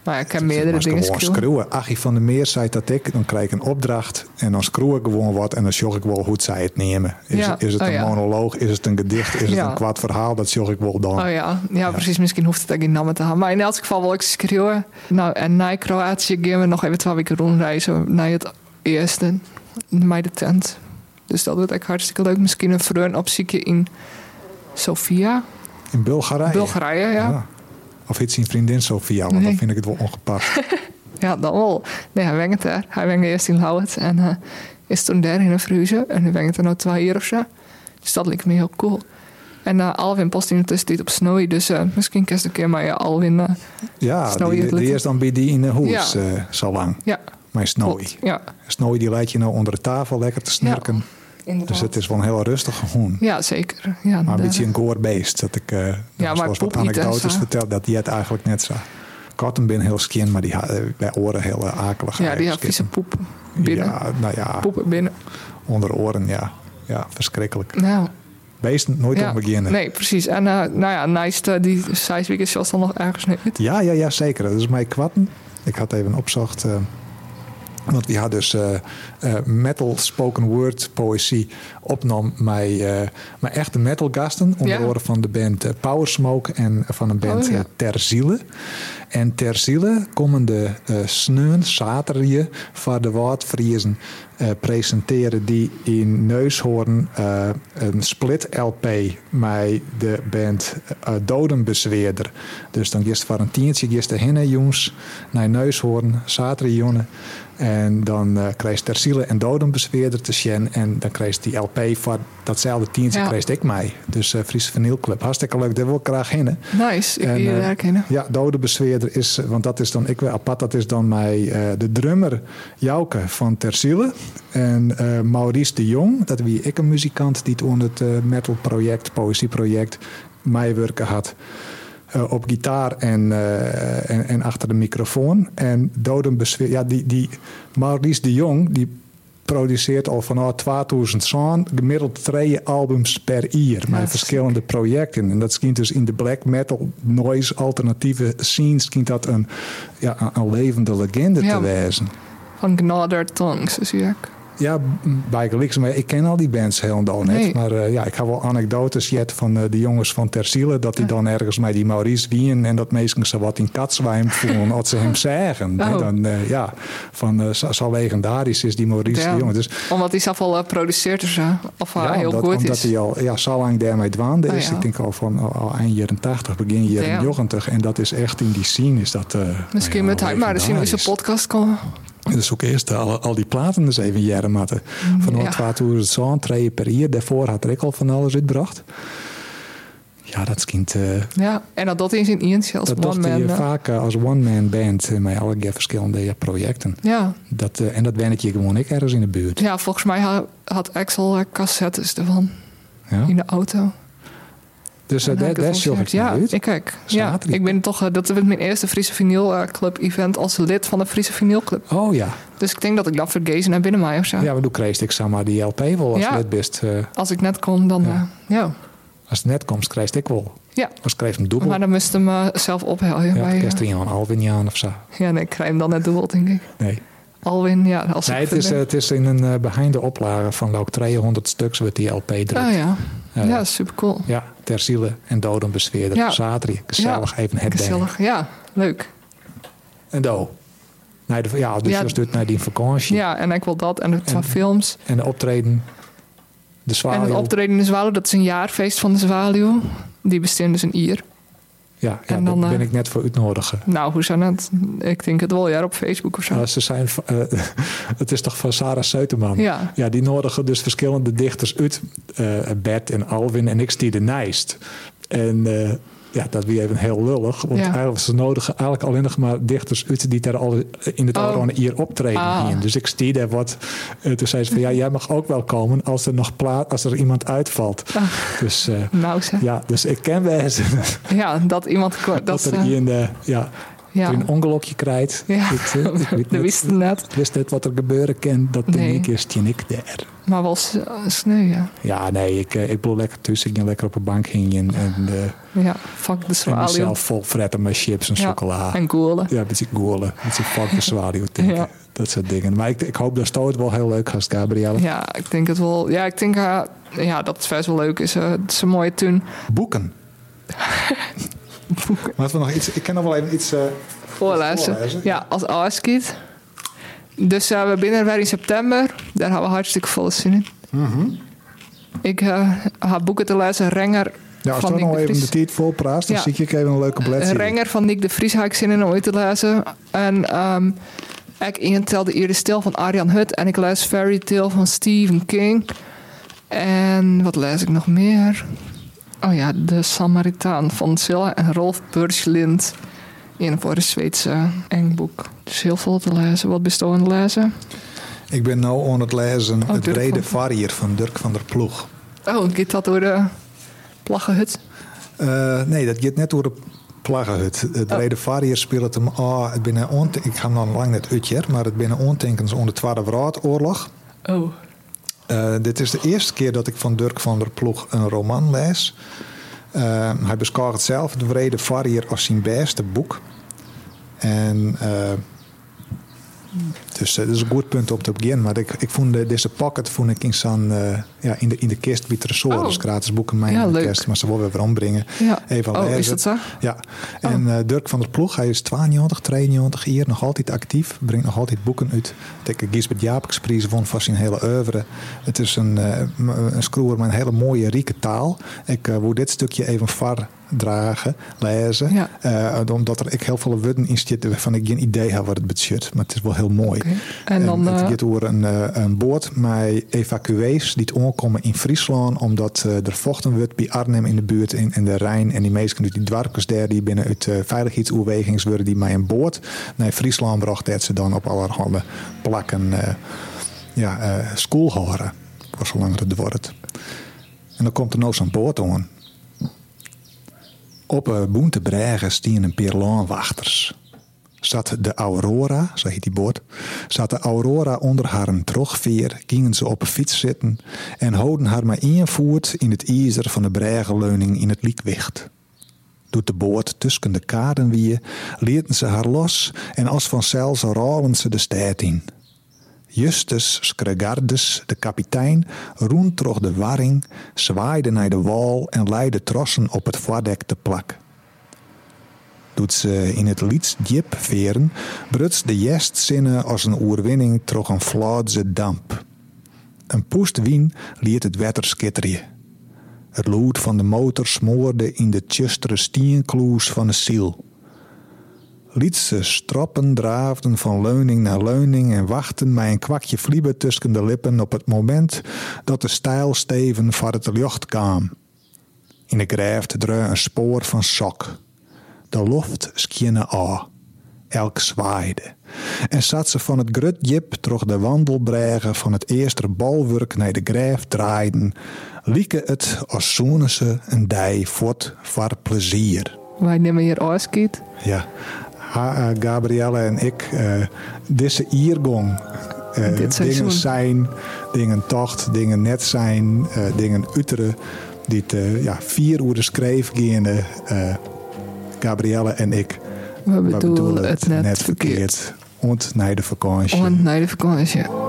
Maar ik heb meerdere Maar dingen Dus gewoon schreeuwen. schreeuwen. Achie van der Meer zei dat ik. Dan krijg ik een opdracht en dan schreeuw ik gewoon wat. En dan zorg ik wel hoe zij het nemen. Is, Ja, is het oh een ja. monoloog? Is het een gedicht? Is Ja. het een kwaad verhaal? Dat zorg ik wel dan. Oh ja. ja, precies. Misschien hoeft het ook in namen te gaan. Maar in elk geval wil ik schreeuwen. Nou, en na Kroatië gaan we nog even twee weken rondreizen naar het eerste, naar de tent. Dus dat wordt echt hartstikke leuk. Misschien een vreun opziekje in Sofia, In Bulgarije. Bulgarije, Ah, ja. Ja. Of iets in vriendin Sofia, want Nee. dan vind ik het wel ongepast. Ja, dan wel. Nee, hij wengt daar. Hij wengt eerst in Lauwert en eh, is toen daar in een fruze. En hij wengt er nou twee jaar of zo. Dus dat leek me heel cool. En eh, Alwin past in de tussentijd op Snowy, dus eh, misschien kerst een keer maar ja, Alwin. eh, Ja, Snowy die, het die lied. is dan bij die in de hoes Ja. eh, zo lang. ja, Mijn Snowy. klopt. Ja, Snowy die leidt je nou onder de tafel lekker te snurken. Dus het is wel een heel rustige hoen. ja, zeker. Ja, Maar een de- beetje een goor beest. Dat ik eh maar zoals wat poep niet, hè, anekdotes zo. verteld dat die het eigenlijk net zo. Katten ben heel skin, maar die ha- eh, bij oren heel eh, akelig. ja, die had eigenlijk vieze skin. poep binnen. Ja, nou ja, Poepen binnen. onder oren, ja. Ja, verschrikkelijk. Nou, Beesten nooit ja. om beginnen. Nee, precies. En eh, nou ja, Nijst, eh, die zes weken was dan nog ergens niet. Ja, ja, ja, zeker. Dat is mij kwatten. Ik had even opzocht. eh, want die had dus eh, eh, metal spoken word poëzie opnam met, eh met echte metal gasten. Onder Ja. andere van de band eh, Power Smoke en van een band Oh, ja. eh, Ter Ziele. En Ter Ziele komen de eh sneun, zaterdag, van de Waardvriezen eh, presenteren die in Neushoorn eh, een split LP met de band eh, Dodenbezweerder. Dus dan gist voor een tientje gist de hinne jongens naar Neushoorn, zaterdag jongen. En dan eh kreeg Ter Ziele en Dodenbezweerder te zien. En dan kreeg die LP voor datzelfde tientje Ja. kreeg ik mij. Dus eh Friese Vanille Club. Hartstikke leuk, daar wil ik graag hinnen. Nice, ik En, wil je eh, daar kennen. Ja, dode bezweerder is, eh, want dat is dan ik weer apart, dat is dan mij eh, de drummer Jouke van Terziele. En eh, Maurice de Jong, dat wie ik een muzikant die het onder het eh, metalproject, poëzieproject, mij werken had. eh, op gitaar en, eh, en, en achter de microfoon. En Doden Bezweer, ja, die, die Maurice de Jong, die produceert al vanaf 2000 zo'n gemiddeld twee albums per jaar. dat Met is verschillende projecten. En dat schijnt dus in de black metal noise alternatieve scene... schijnt dat een, ja, een- een levende legende Ja. te wezen. Van Gnader Tongues, is hij ook. Ja, bij Geliks, maar ik ken al die bands helemaal net. Nee. Maar eh, ja, ik ga wel anekdotes jet van eh, de jongens van Terziele... dat die dan ergens met die Maurice wien... en dat mensen ze wat in katzwijm voelen als ze hem zeggen. Oh. En dan, eh, ja, van eh, zo, zo legendarisch is die Maurice Ja. de jongen. Dus Omdat hij zelf al eh, produceert of zo. Of hij ja, heel omdat, goed omdat is. hij al ja, zo lang daarmee dwaande Oh, is. ja. Ik denk al van al, al eind jaren 80, begin jaren Ja. 90. En dat is echt in die scene is dat... eh, Misschien nou ja, met hij maar eens in onze legendarisch. podcast komen. Dus ook eerst al, al die platen dus even jaren matten. Van Mm, Ja. ja. 2000 zo'n treien per jaar. Daarvoor had ik al van alles uitbracht. Ja, dat kind. eh Ja, en dat dat in zijn eentje als dat docht one man. hij eh, eh, vaak eh, als one-man band eh, met allerlei verschillende ja, projecten. ja. Dat, eh, en dat ben ik je gewoon ik ergens in de buurt. ja, volgens mij ha- had Axel eh, cassettes ervan Ja. in de auto. Dus En eh, daar hij had daar het zorg ik Ja, naar uit. ik kijk. Ja, Zaterdag. ik ben toch, eh, dat werd mijn eerste Friese Vinyl eh, Club event als lid van de Friese Vinyl Club. Oh ja. Dus ik denk dat ik dat vergezen naar binnen mij of zo. Ja, maar toen kreeg ik zeg maar die LP wel als Ja. net best. eh, Als ik net kon, dan eh, ja. als het net komt, kreeg ik wel. Ja. Als kreeg hem dubbel. Maar dan moest hem eh, zelf ophelden. ja, bij, eh, gisteren in een halve jaar of zo. ja, nee, ik krijg hem dan net dubbel, denk ik. Nee. Alwin, ja, als Nee, ik het is, eh, verder- het is in een eh behind oplage van Lauk 200 stuks wordt die LP drukt. Oh ja, Eh, ja, super cool. ja, ter ziele en dodenbesfeerder. Ja. Ja. Satri, gezellig even het Gezellig, ja, leuk. En do. Nee, de, ja, dus Ja. dat doet naar die vakantie. Ja, en ik wil dat en de twee films. En de optreden, de En het zwaal. optreden in de Zwaluw, dat is een jaarfeest van de Zwaluw. Die bestaat dus een ier. Ja, ja En dan, daar eh, ben ik net voor uitnodigen. Nou, hoe zou dat? Ik denk het wel, ja, op Facebook of zo. Eh, ze zijn, van- eh, het is toch van Sarah Seuteman? Ja. ja, die nodigen dus verschillende dichters uit. eh Bert en Alwin en ik stierde Nijst. En eh, ja, dat weer even heel lullig. Want Ja. eigenlijk ze nodigen eigenlijk alleen nog maar dichters uit die daar al in het Oh. Aron hier optreden. Ah. Mhm. Hier. Dus ik stierde wat. Eh, toen zei ze van ja, jij mag ook wel komen als er nog plaat, als er iemand uitvalt. Dus eh, Ah, Nou zeg. Ja. ja, dus ik ken wijzen dat iemand... ko- Dat, dat er eh, hier een, eh, ja, ja. een ongelokje krijgt. Ja, Ik, eh, ik weet dat niet- wist net. ik wist net wat er gebeuren kan. Dat Nee. denk ik is die ik daar. Maar wel s- sneu, ja. Ja, nee, ik, eh, ik bleef lekker tussen. Ik ging lekker op een bank hingen en, en, eh, Ja, fuck de en zwaluw. mezelf vol fretten met chips en Ja, chocola. En goelen. Ja, een beetje goelen. Een beetje fuck de zwaluw denken. Ja. Dat soort dingen. Maar ik, ik hoop dat Sto het wel heel leuk gaat, Gabrielle. Ja, ik denk het wel. Ja, ik denk eh, ja, dat het best wel leuk is. eh, het is een mooie tune. Boeken. Maar we nog iets, ik kan nog wel even iets... eh, voorlezen. Voorlezen, Ja, als ASKID. Dus eh, we binnen weer in september. Daar hebben we hartstikke veel zin in. Mhm. Ik eh heb boeken te lezen. Renger ja, als van Sto Nick nog de even de Vries. tijd vol praat, dan Ja. zie ik even een leuke bladzijde. Renger van Nick de Vries heb ik zin in om ooit te lezen. En ehm ik intelde Iris Stil van Arjan Hut. En ik lees Fairy Tale van Stephen King. En wat lees ik nog meer? Oh ja, De Samaritaan van Silla en Rolf Burschlind. In voor een Zweedse engboek. Dus heel veel te lezen. Wat bist u aan het lezen? Ik ben nu aan het lezen Het Oh, Dirk Brede van- Varier van Dirk van der Ploeg. Oh, ik dat door de plaggenhut. Eh, nee, dat gaat net door de plaggenhut. Eh, Het Oh. Brede Varier speelt hem. Ah, het binnen ont- ik ga hem nog lang net uit, hier, maar het binnen ontenkens onder de Tweede Wereldoorlog. Oh. Eh, dit is de eerste keer dat ik van Dirk van der Ploeg een roman lees. Eh, hij beschouwt zelf de Vrede Varier als zijn beste boek. En, eh, dus eh, dat is een goed punt op te beginnen. Maar ik, ik vond de- deze pocket vond ik in, zijn, eh, ja, in, de, in de kist bij Tresor. Oh. Dus gratis boeken mij Ja, in de leuk. kist. Maar ze willen weer ombrengen. Ja. Even oh, lezen. is dat zo? Ja, en eh, Dirk van der Ploeg, hij is 92, 93 hier, nog altijd actief, brengt nog altijd boeken uit. Tekken Gisbert Jaapkes prijs won vast zijn hele oeuvre. Het is een, eh, m- een schroer met een hele mooie, rieke taal. Ik eh wil dit stukje even var dragen, lezen, Ja. Eh, omdat er ik heel veel woorden in zitten waarvan ik geen idee heb wat het betekent, maar het is wel heel mooi. Oké. En dan, het eh, gaat over een, eh, een boot met evacuees die het onkomen in Friesland. Omdat eh, er vochten wordt bij Arnhem in de buurt in, in de Rijn. En die mensen uit die dwarkers daar die binnen uit eh, veiligheidsoverwegings worden die met een boot naar Friesland bracht. Dat ze dan op allerhande plakken eh ja, eh school horen. Voor zolang het wordt. En dan komt er nog zo'n boot aan. Op eh Boente Bregen stien een perloonwachters zat de Aurora, zo heet die boot, zat de Aurora onder haar een trogveer, gingen ze op een fiets zitten en houden haar maar invoert in het ijzer van de bregeleuning in het liekwicht. Doet de boot tussen de kaden wieën, lieten ze haar los en als vanzelf rollen ze de stad in. Justus Scregardes, de kapitein, roent troch de warring, zwaaide naar de wal en leidde trossen op het voordek te plak doet ze in het liedst diep veren, bruts de jest zinnen als een oerwinning troch een flaadse damp. Een poest wien liet het wetter skitterje. Het lood van de motor smoorde in de tjustere stienkloes van de ziel. Lietse stroppen draafden van leuning naar leuning en wachten mij een kwakje vliebe tussen de lippen op het moment dat de stijlsteven van het jocht kwam. In de grijft dreun een spoor van sok. De loft skiene a. Elk zwaaide. En zat ze van het grutjip troch de wandelbregen van het eerste balwerk naar de grijf draaiden, lieke het als zoenen ze een dij voort voor plezier. Wij nemen hier ASKID. Ja, ha, eh, Gabrielle en ik, eh deze iergong. eh, Dit seizoen. dingen zijn, dingen tocht, dingen net zijn, eh, dingen uteren. Die te, ja, vier uur schreef gaande, eh, Gabrielle en ik. We bedoelen het net verkeerd. Want naar de vakantie. Want naar de vakantie.